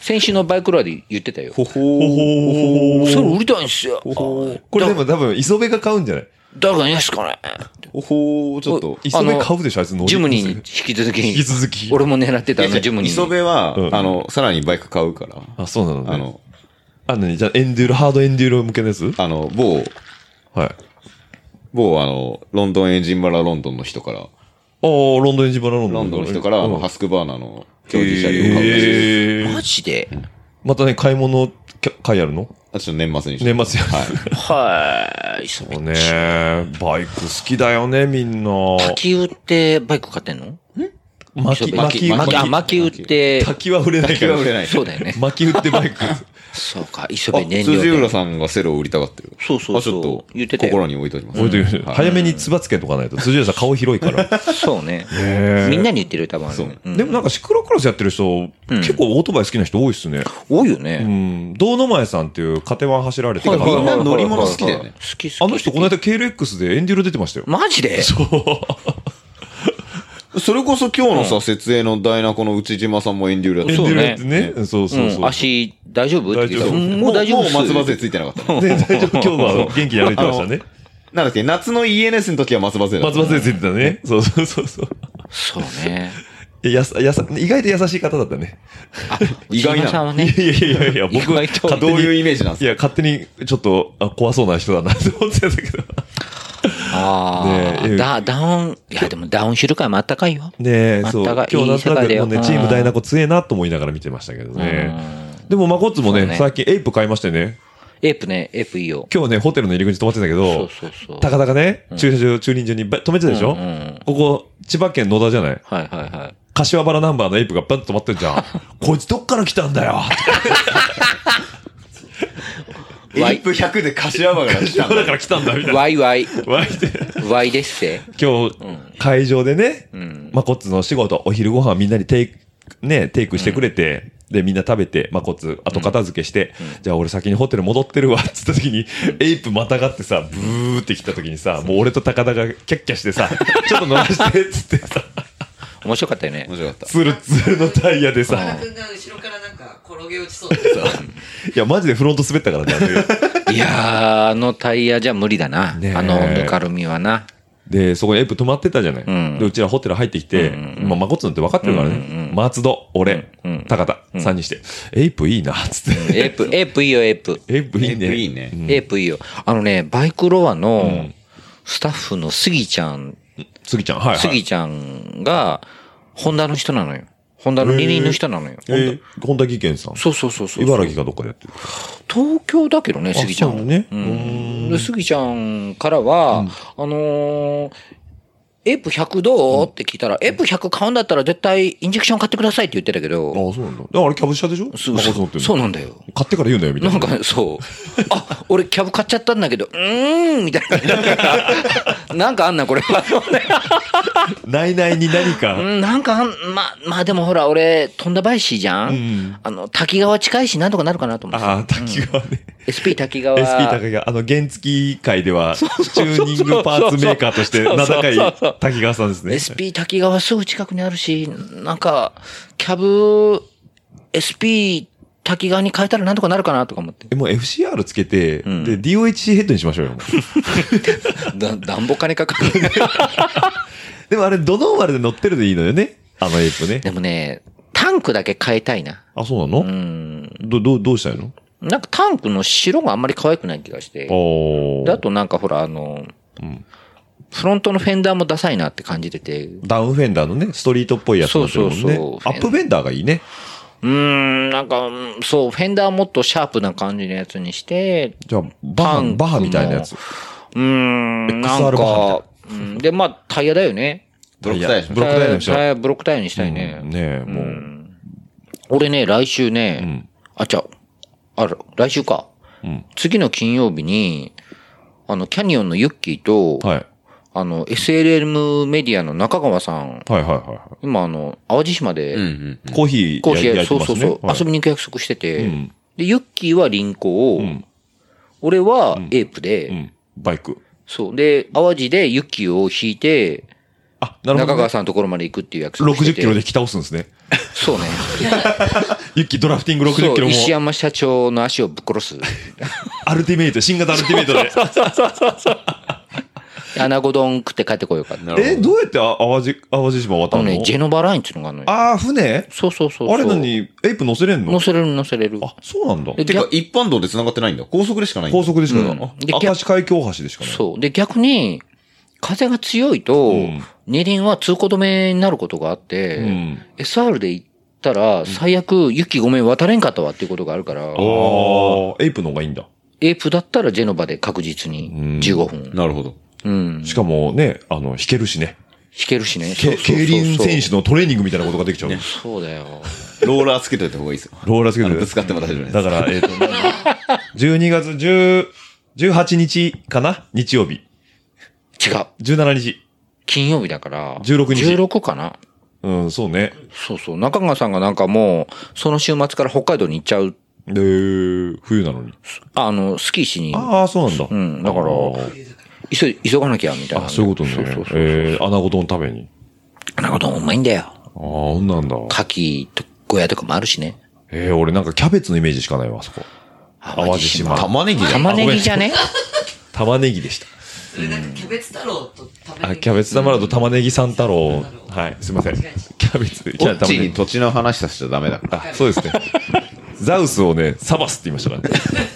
S8: 先週のバイクラで言ってたよ。
S2: ほほー
S8: セロ売りたいんすよ。
S2: これでも多分、磯部が買うんじゃない
S8: 誰かいないっすかね
S5: た。おほー、ちょっと。
S2: 磯部買うでしょ、あいつ乗り
S8: ジムニーに引き続き。
S2: 引き続き
S8: 俺も狙ってたあのジムニーに。
S5: 磯部は、
S2: うん
S5: あの、さらにバイク買うから、
S2: あ、そうなのね
S5: あ、の、
S2: あのね、じゃあエンデューロ、ハードエンデューロ向けのやつ
S5: あの、某、
S2: はい。
S5: 某、あの、ロンドンエンジンバラロンドンの人から、
S2: ああ、ロンドンエンジンバラロンド
S5: ロ
S2: ン。
S5: ンドンの人から、あの、ハスクバーナーの競技車両を買うらしい
S2: ええ
S5: です
S8: マジで
S2: またね、買い物、きゃ会あるの
S5: あちょっと年末にして。
S2: 年末や。
S5: はい。
S8: は い。そ
S2: そうね。バイク好きだよね、みんな。
S8: 滝売ってバイク買ってんの
S2: 巻き、巻き、
S8: 巻き、あ、
S2: 巻
S8: 巻き売って
S2: き。、滝は売れない
S5: 気
S2: けど
S5: は。売れない。
S8: そうだよね。
S2: 巻き売ってバイク。
S8: そうか、磯
S5: あ、
S8: 部燃料
S5: 辻
S8: で
S5: 浦。さんがセロを売りたがってる。
S8: そうそうそう
S5: あ、ちょっと、
S8: 言ってたよ
S5: 心に置いておきます。
S2: 置いといて
S5: はい
S2: 早めにつばつけとかないと。辻井さん顔広いから。
S8: そうね。
S2: へー
S8: みんなに言ってるよ、多分あれ。
S5: そう
S8: うん
S2: でもなんかシクロクロスやってる人、結構オートバイ好きな人多いっすね。
S8: 多いよ
S2: う
S8: ね。
S2: ん。堂の前さんっていうカテワン走られて
S5: て
S2: た
S5: か
S2: 方
S5: みんな
S2: が、
S5: 乗り物好きだよね。
S8: 好き好き。
S2: あの人この間 KLX でエンデューロ出てましたよ。
S8: マジで。。
S5: それこそ今日のさ、設営のダイナコの内島さんもエンデュールやっ
S2: エン
S5: て
S2: デュ
S5: たよ
S2: ー
S5: ね
S2: ロやってね。そうそうそううん
S8: 足、大丈夫って言っ
S2: 大丈
S8: てた
S2: 夫
S8: うんもう大丈夫っす
S5: もう松葉勢ついてなか ったね。
S2: ね、大丈夫。今日は元気に歩いてましたね。
S5: なんだっけ、夏の ENS の時は松葉勢だった
S2: 松。葉先生出てたね。そうそうそうそう。
S8: そう ね。
S2: えやさ、やさ、意外と優しい方だったね。
S5: 意外
S8: 島さん
S5: な。
S8: はい
S2: や
S8: ね。
S2: いやいやいや、僕、
S8: 意外と
S2: 勝手
S5: どう
S2: に
S5: いうイメージなん
S2: い
S5: です
S2: や、勝手にちょっとあ怖そうな人だなって思ってたけ ど。
S8: あ
S2: ねえ
S8: あ。だ、ダウン、いや、でもダウン知る会もあったかいよ。
S2: ねえ、
S8: まった
S2: そう。今
S8: が
S2: 日なんと
S8: いい世
S2: な
S8: 界だ
S2: く、も
S8: よ
S2: うね、チームダイナコ強えなと思いながら見てましたけどね。でも、マコッツも
S8: そ
S2: ね
S8: うね
S2: 最近エイプ買いましてね。
S8: エープね、エープいいよ。
S2: 今日ね、ホテルの入り口に泊まってたけ
S8: そう
S2: ど、
S8: そうそう。
S2: たかたかね、駐車場、駐輪場にば止めてたでしょ
S8: うんうん
S2: ここ、千葉県野田じゃない
S8: はいはいはい。
S2: 柏原ナンバーのエイプがバンと止まってんじゃん。 こいつどっから来たんだよ
S5: かエイプ100で柏原が来たん
S2: ど
S5: だ
S2: だから来たんだみたいな。
S8: ワイワイ、
S2: わいって
S8: ワイですせ。
S2: 今日、会場でね、マコッツの仕事、お昼ご飯みんなにテイク、ね、テイクしてくれて、で、みんな食べて、マコッツ、後片付けして、じゃあ俺先にホテル戻ってるわ、っつった時に、エイプまたがってさ、ブーって来た時にさ、もう俺と高田がキャッキャしてさ、ちょっと乗らして、っつって さ、
S8: 面白かったよね
S5: 面。白かった。
S2: ツルツルのタイヤでさ、
S9: 田君が後ろからなんか転げ落ちそうだった。
S2: いや、マジでフロント滑ったからねあの 夜。
S8: いやー、あのタイヤじゃ無理だな
S2: ねえ。
S8: あのぬかるみはな。
S2: で、そこにエイプ泊まってたじゃない。
S8: ん
S2: で、うちらホテル入ってきて、まあ、マコッツなんて分かってるからね。松戸、俺、高田、3人して、エイプいいな、っつって。
S8: エープ、エープいいよ、エープ。
S2: エイプいいね。
S5: エイプいいね
S2: うん
S8: エープいいよ。あのね、バイクロアのスタッフのスギちゃん、
S2: スギちゃん、はい、はい。
S8: スギちゃんが、ホンダの人なのよ。ホンダの二輪の人なのよ。
S2: えー、本田技研さん。
S8: そうそうそうそう。
S2: 茨城かどっかでやってる。
S8: 東京だけどね、スギちゃ。
S2: そうんね
S8: う。ん。で、スギちゃんからは、あのー、エープ100どうって聞いたら、エープ100買うんだったら絶対インジェクション買ってくださいって言ってたけ
S2: ああ、
S8: ど、
S2: そうなんだ。だからあれ、キャブ車でしょ
S8: そう
S2: マコッツ乗
S8: そ
S2: って
S8: う
S2: る
S8: そう
S2: の
S8: なんだよ。
S2: 買ってから言うんだよ、みたい
S8: な
S2: な。
S8: んかそう。あ、俺キャブ買っちゃったんだけど、うーん、みたいな。なんかあ んな、これは。
S2: 内々に何
S8: う
S2: か。
S8: ん、なんかあん、ま、まあでもほら、俺、富田林じゃん、
S2: ん
S8: あの、滝川近いし、なんとかなるかなと思って。
S2: ああ、滝川ね。
S8: SP 滝川。
S2: SP 高木が、あの、原付界では、チューニングパーツメーカーとして名高い滝川さんですね。
S8: SP 滝川すぐ近くにあるし、なんか、キャブ、SP 滝川に変えたらなんとかなるかなとか思って。
S2: えもう FCR つけて、
S8: ん
S2: で、DOHC ヘッドにしましょうよ。もう
S8: だ、なんぼ金かかる。
S2: でもあれ、ドノーマルで乗ってるでいいのよね。あのエイプね。
S8: でもね、タンクだけ変えたいな。
S2: あ、そうなの、
S8: うん。
S2: ど、どう、どうしたいの
S8: なんかタンクの白があんまり可愛くない気がして。
S2: お
S8: であとなんかほら、あの、フロントのフェンダーもダサいなって感じてて。う
S2: ダウンフェンダーのね、ストリートっぽいやつ乗ってるもんね。
S8: そうそうそう
S2: アップフェンダーがいいね。
S8: ーん、なんか、うんそう、フェンダーもっとシャープな感じのやつにして、
S2: じゃあ、バ
S8: パン
S2: ハ、
S8: クも
S2: バハみたいなやつ。
S8: うーん、なん
S2: XR バ
S8: か、うんで、まあ、タイヤだよね。
S5: ブロックタイヤ
S2: ブロックダイヤの人
S8: タイヤブロックタイヤにしたいね。
S2: うんねえ、もう。
S8: 俺ね、来週ね、
S2: ん
S8: あ、ちゃう、あら、来週か。
S2: ん
S8: 次の金曜日に、あの、キャニオンのユッキーと、
S2: はい。
S8: あの、SLM メディアの中川さん、
S2: はいはいはいは
S8: 今あの、淡路島で、
S5: うんうん。
S2: い。コーヒー
S8: 講師
S2: やや
S8: や、
S2: って
S8: そう
S2: ます
S8: そう
S2: ね。
S8: そう、
S2: はい
S8: 遊びに行く約束してて、
S2: うん
S8: で、ユッキーはリンコを、
S2: ん
S8: 俺はエープで、
S2: うん。バイク。
S8: そう。で、淡路でユッキーを引いて、
S2: あ、なるほど、
S8: 中
S2: ね。
S8: 川さんのところまで行くっていう約束して
S2: 60
S8: て。
S2: キロで引き倒すんですね。
S8: そうね。
S2: ユッキードラフティング
S8: そ
S2: 60キロも、
S8: う、石山社長の足をぶっ 殺す。
S2: アルティメイト、新型アルティメイトで。
S8: 穴子丼食って帰ってこようかって。
S5: な
S2: え、
S5: る
S2: どうやってあ淡路、淡路島渡
S8: あの
S2: るの
S8: ね、ジェノバラインっていうのがあるのよ。
S2: ああ、船
S8: そうそうそうそう。
S2: あれのに、エイプ乗せれん
S8: 乗
S2: の
S8: せれる乗せれる。
S2: あ、そうなんだ。
S8: で
S5: ほど。てか
S8: 逆、
S5: 一般道で繋がってないんだ。高速でしかないんだ
S2: 高。速でしかない。
S8: うん
S2: あ
S8: で
S2: 明石海峡大橋でしかない。
S8: そう。で、逆に、風が強いと
S2: ん、
S8: 二輪は通行止めになることがあって、
S2: ん
S8: SR で行っったら、最悪、雪ごめん渡れんかったわっていうことがあるから、
S4: ああ、エイプの方がいいんだ。
S8: エープだったらジェノバで確実に15分。
S5: なるほど。
S8: うん。
S4: しかもね、あの、弾けるしね。
S8: 弾けるしね。
S4: け競輪選
S8: 手。
S4: 手のトレーニングみたいなことができちゃう。
S8: そうだよ。
S5: ローラーつけといた方がいいですよ。
S4: ローラースケ
S5: あ
S4: ー
S5: の
S4: ル
S5: ぶつかっても大丈夫です。
S4: だから、えっ、と、12月10 18日かな日曜日。
S8: 違う。
S4: 17日。
S8: 金曜日だから。
S4: 16日
S8: 16かな。
S4: うん、そうね。
S8: そうそう。中川さんがなんかもう、その週末から北海道に行っちゃう。
S4: で、冬なのに。
S8: あの、スキーしに。
S4: ああ、そうなんだ。
S8: うんだから
S4: あ
S8: 急い、急がなきゃ、みたい
S4: ー
S8: な。
S4: あ、そういうことね。
S8: そうそうそう。
S4: えー、穴子丼食べに。
S8: なんかどうもうまいんだよ。
S4: ああ、ほんなんだ。
S8: 牡蠣と小屋とかもあるしね。
S4: えー、俺なんかキャベツのイメージしかないわ、あそこ。淡路島。
S5: 玉ねぎだよ
S8: 玉ねぎじゃね
S4: 玉ねぎでした。
S7: それなんかキャベツ太郎と食べ
S4: あ、キャベツ玉だと玉ねぎ三太郎。はい、すいません。キャベツ、
S5: オ
S4: じゃあ
S5: ッ
S4: 玉
S5: チ
S4: ね
S5: に
S4: ぎ。
S5: 土地の話させちゃダメだから。
S4: あ、そうですね。 ザウスをね、サバスって言いました からね。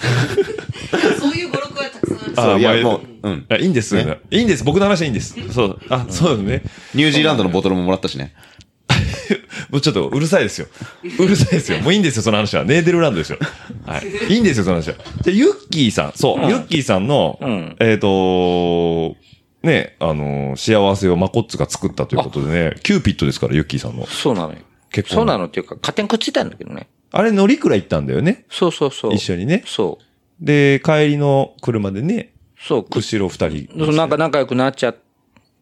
S7: そういう語録はたくさんある
S4: あ
S5: そういや
S4: まあ
S5: もううん
S4: あいいんです、
S5: ね
S4: いいんです。僕の話はいいんです。そう。あ、そうだね。
S5: ニュージーランドのボトルももらったしね。
S4: もうちょっとうるさいですよ。うるさい ですよ。もういいんですよ、その話は。ネーデルランドですよ。はい。いいんですよ、その話は。で、ユッキーさん。そう。ユッキーさんの、
S8: うん
S4: えっ、とね、あのー幸せをマコッツが作ったということでね、キューピットですから、ユッキー さんの。
S8: そうなのよ。
S4: 結構
S8: そうなのっていうか、勝手にくっついたんだけどね。
S4: あれ、乗りくら行ったんだよね。
S8: そうそうそう。
S4: 一緒にね。
S8: そう。
S4: で、帰りの車でね、
S8: そう、くっ
S4: 後ろ二人。
S8: なんか仲良くなっちゃって、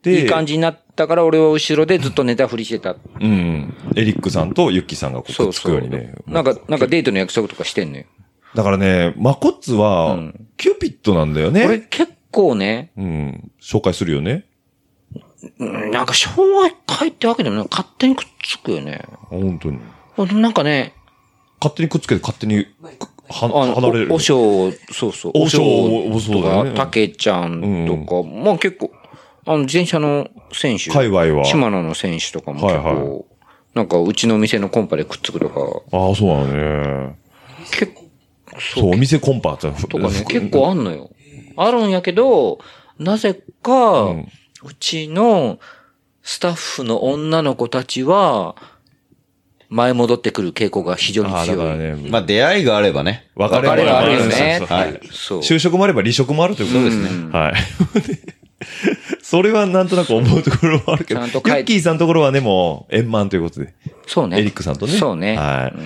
S4: で
S8: いい感じになったから俺は後ろでずっとネタふりしてた。
S4: うん。エリックさんとユッキーさんがこう
S8: そ
S4: くっ
S8: う
S4: つ
S8: そ
S4: く
S8: う。
S4: ようにね。
S8: なんか、なんかデートの約束とかしてんのよ。
S4: だからね、マコッツは
S8: ん、
S4: キューピットなんだよ
S8: 俺
S4: ね。
S8: 結構ね、
S4: うん。紹介するよね。
S8: うんなんか昭和会ってわけでもない。勝手にくっつくよね。
S4: 本当に。
S8: なんかね、
S4: 勝手にくっつけて勝手には
S8: あの、
S4: 離れる。
S8: おお尚、そうそう。
S4: お尚
S8: お尚
S4: そう
S8: と
S4: だよね
S8: か、たけちゃんとか、まあ結構、あの、自転車の選手。
S4: 界隈は。
S8: 島野の選手とかも
S4: はい
S8: 結構、
S4: はい
S8: なんかうちの店のコンパでくっつくとか、
S4: ああ、そうなのね。
S8: 結構、
S4: そう、お店コンパって。
S8: とかね、
S4: ふ
S8: 結構あんのよ。あるんやけど、なぜか、
S4: う
S8: うんちのスタッフの女の子たちは、前戻ってくる傾向が非常に
S4: ああ、だか
S8: 強
S4: ら
S8: い。
S4: ね。
S5: まあ出会いがあればね。
S4: 別れ
S8: 別れ
S4: も
S8: があるよ
S4: そう
S8: ね
S4: そうそうはい。
S8: そう。
S4: 就職もあれば離職もあるということですね。はい。それはなんとな く思うところもあるけど、
S8: ち
S4: ユ
S8: ゃんと書いて
S4: ッキーさんのところはね、もう円満ということで、
S8: そうね。
S4: エリックさんとね。
S8: そうね。
S4: はい。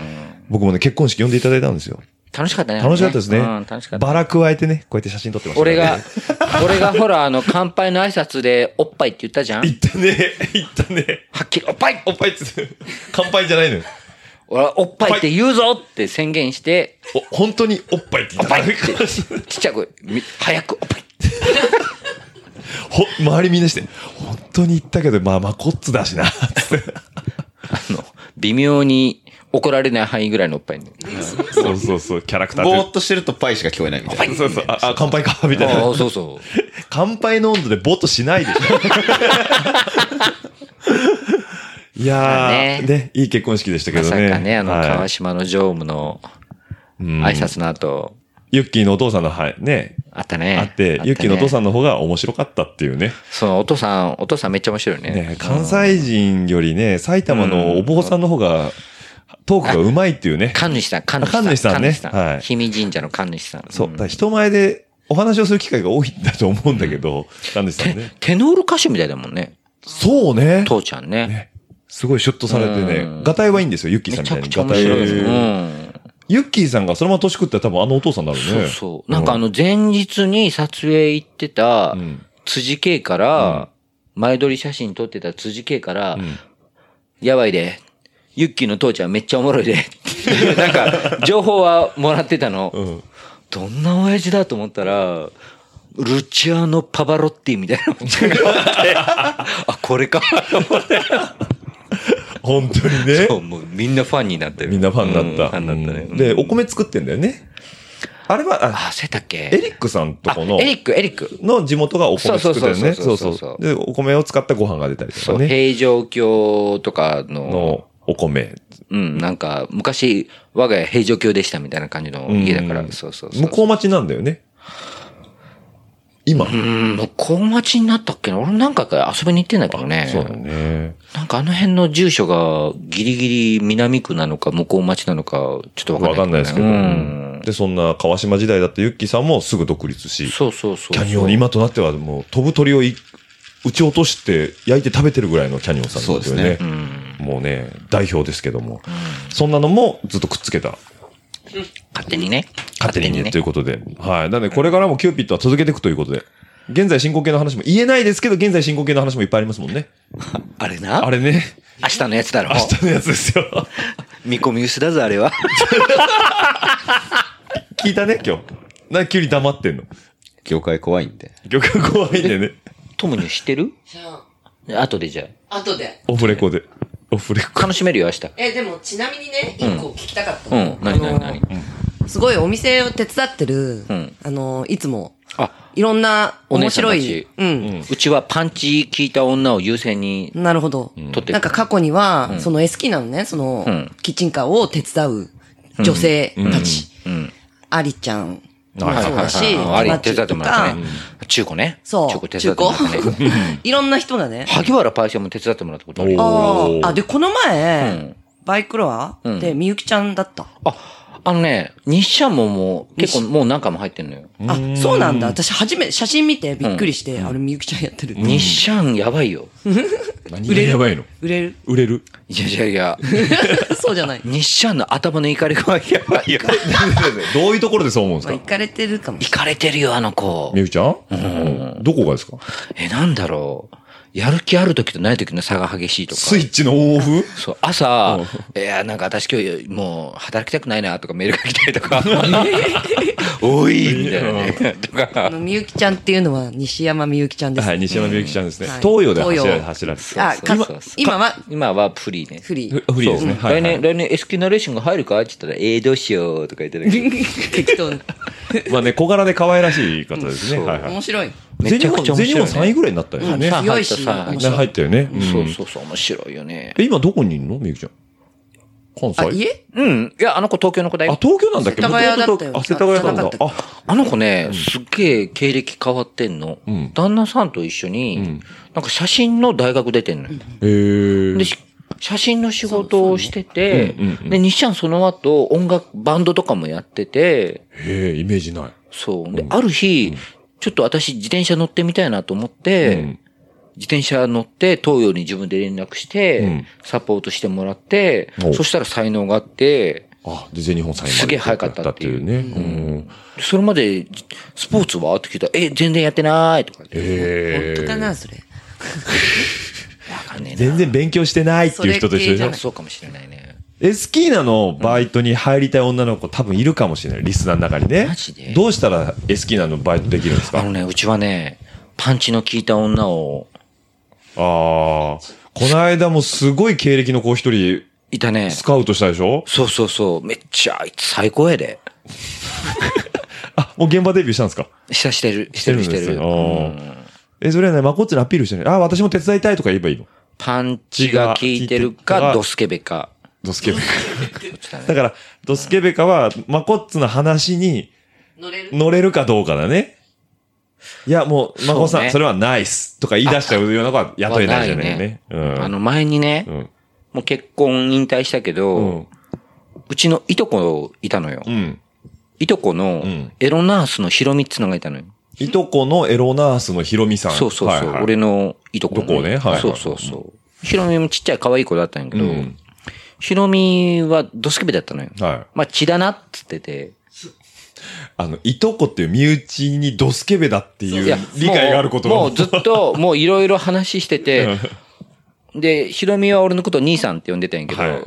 S4: 僕もね、結婚式呼んでいただいたんですよ。
S8: 楽しかったね。
S4: 楽しかったですね。
S8: うん、楽しかった。
S4: バラ加えてね、こうやって写真撮ってましたから
S8: 俺
S4: ね、
S8: が、俺がほら、あの、乾杯の挨拶で、おっぱいって言ったじゃん
S4: 行ったね、行ったね。
S8: はっきり、おっぱい
S4: おっぱいっつって、乾杯じゃないのよ。
S8: 俺はおっぱいって言うぞって宣言して、
S4: お本当におっぱいって言った
S8: おっぱいってちっちゃい声、み早くおっぱい
S4: ほ周りみんなして、本当に言ったけど、まあまあこっつだしな。つって
S8: あの、微妙に怒られない範囲ぐらいのおっぱいね。
S4: そうそうそう、キャラクタ
S5: ぼー
S4: ー
S5: っとしてるとパイしか聞こえないみたいな。
S4: で。そうそう、あ、あ乾杯か、みたい
S8: あ
S4: な
S8: あ、。そうそう。
S4: 乾杯の温度でボッとしない でしょ。いやー、
S8: ね
S4: ね、いい結婚式でしたけ
S8: ま
S4: ど
S8: さ
S4: ね。
S8: かね、あの、
S4: はい
S8: 川島の常務の
S4: うん
S8: 挨拶の後、
S4: ユッキーのお父さんの、はい、ね、
S8: あったね。
S4: あって、ユッキーのお父さ
S8: ん。
S4: んの方が面白かったっていうね。
S8: そのお父さん、お父さんめっちゃ面白いね。
S4: ね、関西人よりね、埼玉のお坊さんの方が、トークがうまいっていうね。
S8: 神主さん、神主さん。
S4: 神主さんねはい
S8: 氷見神社の神主さん。
S4: そう。
S8: ん
S4: だから人前でお話をする機会が多いんだと思うんだけど、なんでした
S8: テ
S4: ね。
S8: テノール歌手みたいだもんね。
S4: そうね。
S8: 父ちゃんね。
S4: すごいシュッとされて
S8: う
S4: ね
S8: ん、
S4: ガタイはいいんですよ、ユッキー
S8: め
S4: さんみ
S8: ちゃ
S4: たい
S8: く
S4: に。
S8: ちゃ
S4: ガタイ
S8: 面白。
S4: はいいい。
S8: うん。
S4: ユッキーさんがそのまま年食ったら多分あのお父さんになる
S8: そう
S4: ね。
S8: そう。なんかあの前日に撮影行ってた
S4: ん
S8: 辻圭から、前撮り写真撮ってた辻圭から、やばいで、ユッキーの父ちゃんめっちゃおもろいで、な んか情報はもらってたの。
S4: ん
S8: どんな親父だと思ったら、ルチアーノ・パバロッティみたいなお じがあって、あ、これか。
S4: 本当にね。
S8: そうもうみんなファンになってる。
S4: みんなファンになった。
S8: うんファンになったね。
S4: うんで、お米作ってんだよね。あれは、あ
S8: あ、せたっけ
S4: エリックさんと
S8: あ
S4: この
S8: エ、リック、エリック。
S4: の地元がお米作ってるね。
S8: そ
S4: そうう
S8: そ
S4: そう
S8: そうそう
S4: う。で、お米を使ったご飯が出たりと
S8: そう、
S4: かね。
S8: 平城京とかの、
S4: のお米。
S8: うん、なんか、昔、我が家平城京でしたみたいな感じの家だから、
S4: うん
S8: そうそうそう。
S4: 向こう町なんだよね。
S10: 今
S8: う。ん、もう小町になったっけな俺も何回か遊びに行ってんだけどね。
S4: そうだね。
S8: なんかあの辺の住所がギリギリ南区なのか向こう町なのか、ちょっと
S4: わ
S8: わ
S4: か
S8: か
S4: ん
S8: ん
S4: な
S8: ないい
S4: ですけど。うんで、そんな川島時代だってユッキーさんもすぐ独立し、
S8: そうそうそう。
S4: キャニオン、今となってはもう飛ぶ鳥をい撃ち落として焼いて食べてるぐらいのキャニオンさんなんですよね。
S8: うん。
S4: もうね、代表ですけども。そんなのもずっとくっつけた
S8: 勝手にね。
S4: 勝手にね、
S8: ね
S4: ということで。はい。なので、これからもキューピットは続けていくということで。現在進行形の話も言えないですけど、現在進行形の話もいっぱいありますもんね。
S8: あれな。
S4: あれね、
S8: 明日のやつだろ。
S4: 明日のやつですよ。
S8: 見込み薄だぞ、あれは。
S4: 聞いたね、今日。な、急に黙ってんの。
S5: 業界怖いんで。
S4: 曲が怖いんでね。
S8: トムに知ってる
S7: じゃ
S8: 後でじゃ
S7: あ、後で。
S4: オフレコで。オフレ
S8: あ。
S4: コ。
S8: 楽しめるよ、明日。
S7: え、でもちなみにね、一個聞きたかった
S8: う
S7: の
S8: ん。何何何
S9: すごいお店を手伝ってる、
S8: ん
S9: あの、いつも、
S8: あ、
S9: いろんな
S8: お
S9: 面
S8: 姉さん
S9: 白
S8: た
S9: い
S8: ち。。
S9: うん。
S8: うちはパンチ効いた女を優先に
S9: なるほど。
S8: 取って
S9: なんか過去には、そのエスキーなのね、その、
S8: うん
S9: キッチンカーを手伝う女性たち。アリちゃんもそうだし、
S8: あれ手伝ってもらっ
S9: マチ
S8: たね
S9: とか。
S8: 中古ね。
S9: そう。
S8: 中古手伝ってもらったね。
S9: 古いろんな人がね。
S8: 萩原パイセンも手伝ってもらったことあるよ。
S9: あ
S4: おー
S9: あ。あ、で、この前、
S8: うん
S9: バイクロアで、みゆきちゃんだった。
S8: あ、あのね、日社ももう、結構もう何回も入ってんのよ。
S9: あ、そうなんだ。私、初め、写真見てびっくりして、あれ、みゆきちゃんやってるって。
S8: 日社やばいよ。
S4: 何がやばいの
S9: 売れる
S4: 売れる。
S8: いやいやいや、
S9: そうじゃない。
S8: 日社の頭のいかれ具合やばいよ。
S4: どういうところでそう思うんです
S9: まあ、行
S4: か
S9: かれてるかも。
S8: いかれてるよ、あの子
S4: み。ゆきちゃんうんどこがですか
S8: え、なんだろう。やる気ある時とない時の差が激しいとか。
S4: スイッチのオンオフ
S8: そう、朝、いや、なんか私今日もう働きたくないなとかメールが来たりとか、おいみたいなね。と
S9: あ
S8: か、
S9: の、みゆきちゃんっていうのは、西山みゆきちゃんです。
S4: はい、西山みゆきちゃんですね
S9: はい。
S4: 東洋で走ら
S9: 東
S4: れ、
S9: 洋
S4: 走られて。
S9: あ
S8: そうそうそう
S9: か今は
S8: 今はフリーね。
S9: フリー。
S4: フフリーですね。
S8: そう
S4: はい
S8: 来。年、来年 S q ナレーションが入るかって言ったら、ええ、どうしようとか言ってたけど。
S9: 適当に。
S4: まあね、小柄で可愛らしい方ですね。
S8: うん
S4: はいはい
S9: 面白い。
S8: め
S4: 全
S8: ち
S4: 日
S8: ゃく
S4: 本、
S8: ちゃ
S4: 全
S8: 面
S4: 日本3
S8: 白い、
S4: 位
S8: ね。
S4: ぐらいになったよね。
S8: さあ
S9: 強いし
S8: 入ったさあ
S9: 面
S8: 入
S9: 白
S8: っ
S9: い
S4: 入ったよね。うん
S8: そうそうそう、面白いよね。
S4: え、今どこにいるのみゆきちゃん。関
S9: あ、
S4: 西
S9: 家
S8: うん。いや、あの子東京の子だ
S4: あ
S8: よ、。
S4: 東京なんだっけ
S9: 世田谷だったよ
S4: 元々あ、世田谷なんだ
S9: じ。ゃな
S4: あ、
S8: あの子ね、すっげえ経歴変わってんの。
S4: うん
S8: 旦那さんと一緒に、
S4: ん
S8: なんか写真の大学出てんのよ。
S4: へえ。
S8: で、し写真の仕事をしてて、
S4: そうねうんうんうん
S8: で、西ちゃんその後、音楽、バンドとかもやってて、
S4: へえ、イメージない。
S8: そう。で、ある日、ちょっと私自転車乗ってみたいなと思って、
S4: うん
S8: 自転車乗って、東洋に自分で連絡して、
S4: うん
S8: サポートしてもらって
S4: お、
S8: そしたら才能があって、
S4: あ、で、全日本3位まです
S8: げえ早かったっていう
S4: ね。うん。
S8: それまで、スポーツはって聞いたら、え、全然やってないとか言って、
S4: へ
S9: 本当か
S4: え。
S9: な、それ。
S8: わかんねえな。
S4: 全然勉強してないっていう人と一緒でし
S9: それ系じゃ
S4: ょ
S9: な。
S8: そうかもしれないね。
S4: エスキーナのバイトに入りたい女の子多分いるかもしれない。リスナーの中にね。
S8: マジで
S4: どうしたらエスキーナのバイトできるんですか
S8: あのね、うちはね、パンチの効いた女を、
S4: ああ。この間もすごい経歴の子一人
S8: いたね。
S4: スカウトしたでしょ
S8: そうそうそう。めっちゃ、あいつ最高やで。
S4: あ、もう現場デビューしたんですか
S8: 下してる、してる、
S4: し
S8: して
S4: る
S8: て
S4: んで
S8: る。
S4: すね
S8: うん
S4: え、それはね、まこっちのアピールしてね。あ、私も手伝いたいとか言えばいいの
S8: パンチが効いてるか、ドスケベか。
S4: ド スケベカ。
S8: どっちだね
S4: だから、ドスケベカは、まこっつの話に
S7: 乗れる
S4: 乗れるかどうかだね。いや、もう、まこさ、
S8: そうんね
S4: それはナイスとか言い出しちゃうような子は雇えないじゃないよ
S8: は
S4: ね。う
S8: あ
S4: ん。
S8: の前にね、
S4: うん
S8: もう結婚引退したけど、
S4: う。
S8: うんちのいとこいたのよ。
S4: うん。
S8: いとこの
S4: ん
S8: エロナースのヒロミっつうのがいたのよ。
S4: いとこのエロナースのヒロミさん。
S8: そうそうそ
S4: は
S8: う。
S4: いはい
S8: 俺のいとこの
S4: いとこねはいはい
S8: そうそうそう。ヒロミもちっちゃい可愛い子だったんやけど、
S4: うん
S8: ヒロミはドスケベだったのよ。
S4: はい。
S8: まあ血だなっつってて。
S4: あの、いとこっていう身内にドスケベだって
S8: い
S4: いう理解があること
S8: もうもうずっと、もういろいろ話してて、で、ヒロミは俺のことを兄さんって呼んでたんやけど、
S4: はい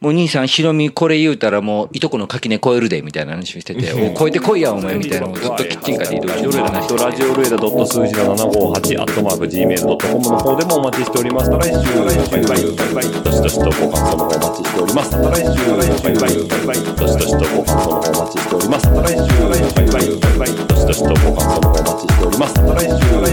S8: もう兄さん、ヒロミこれ言うたらもういとこの垣根超えるで、みたいな話をして て、おう超えてこいや、お前、みたいな。ずっとキッチンカーでいろいろ話してて。
S2: ラジオルエダ数字の758アットマーク Gmail.com の方でもお待ちしております。また来週、バイバイ、バイバイ、どしどしとご感想の方お待ちしております。また来週、バイバイ、バイバイ、どしどしとご感想の方お待ちしております。また来週、バイバイ、バイバイ、どしどしとご感想の方お待ちしております。また来週、バイ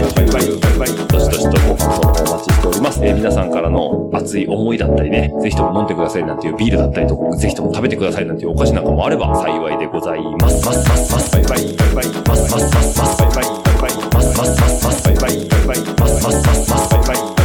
S2: バイ、バイバイ、どしどしとご感想の方お待ちしております。えー皆さんからの熱い思いだったりね、ぜひとも飲んでくださいなんていうビールだったりとか、ぜひとも食べてくださいなんていうお菓子なんかもあれば幸いでございます。ますますますバイバイ、バイバイ、ますますますますバイバイ、バイバイ、ますますますますますますますますますます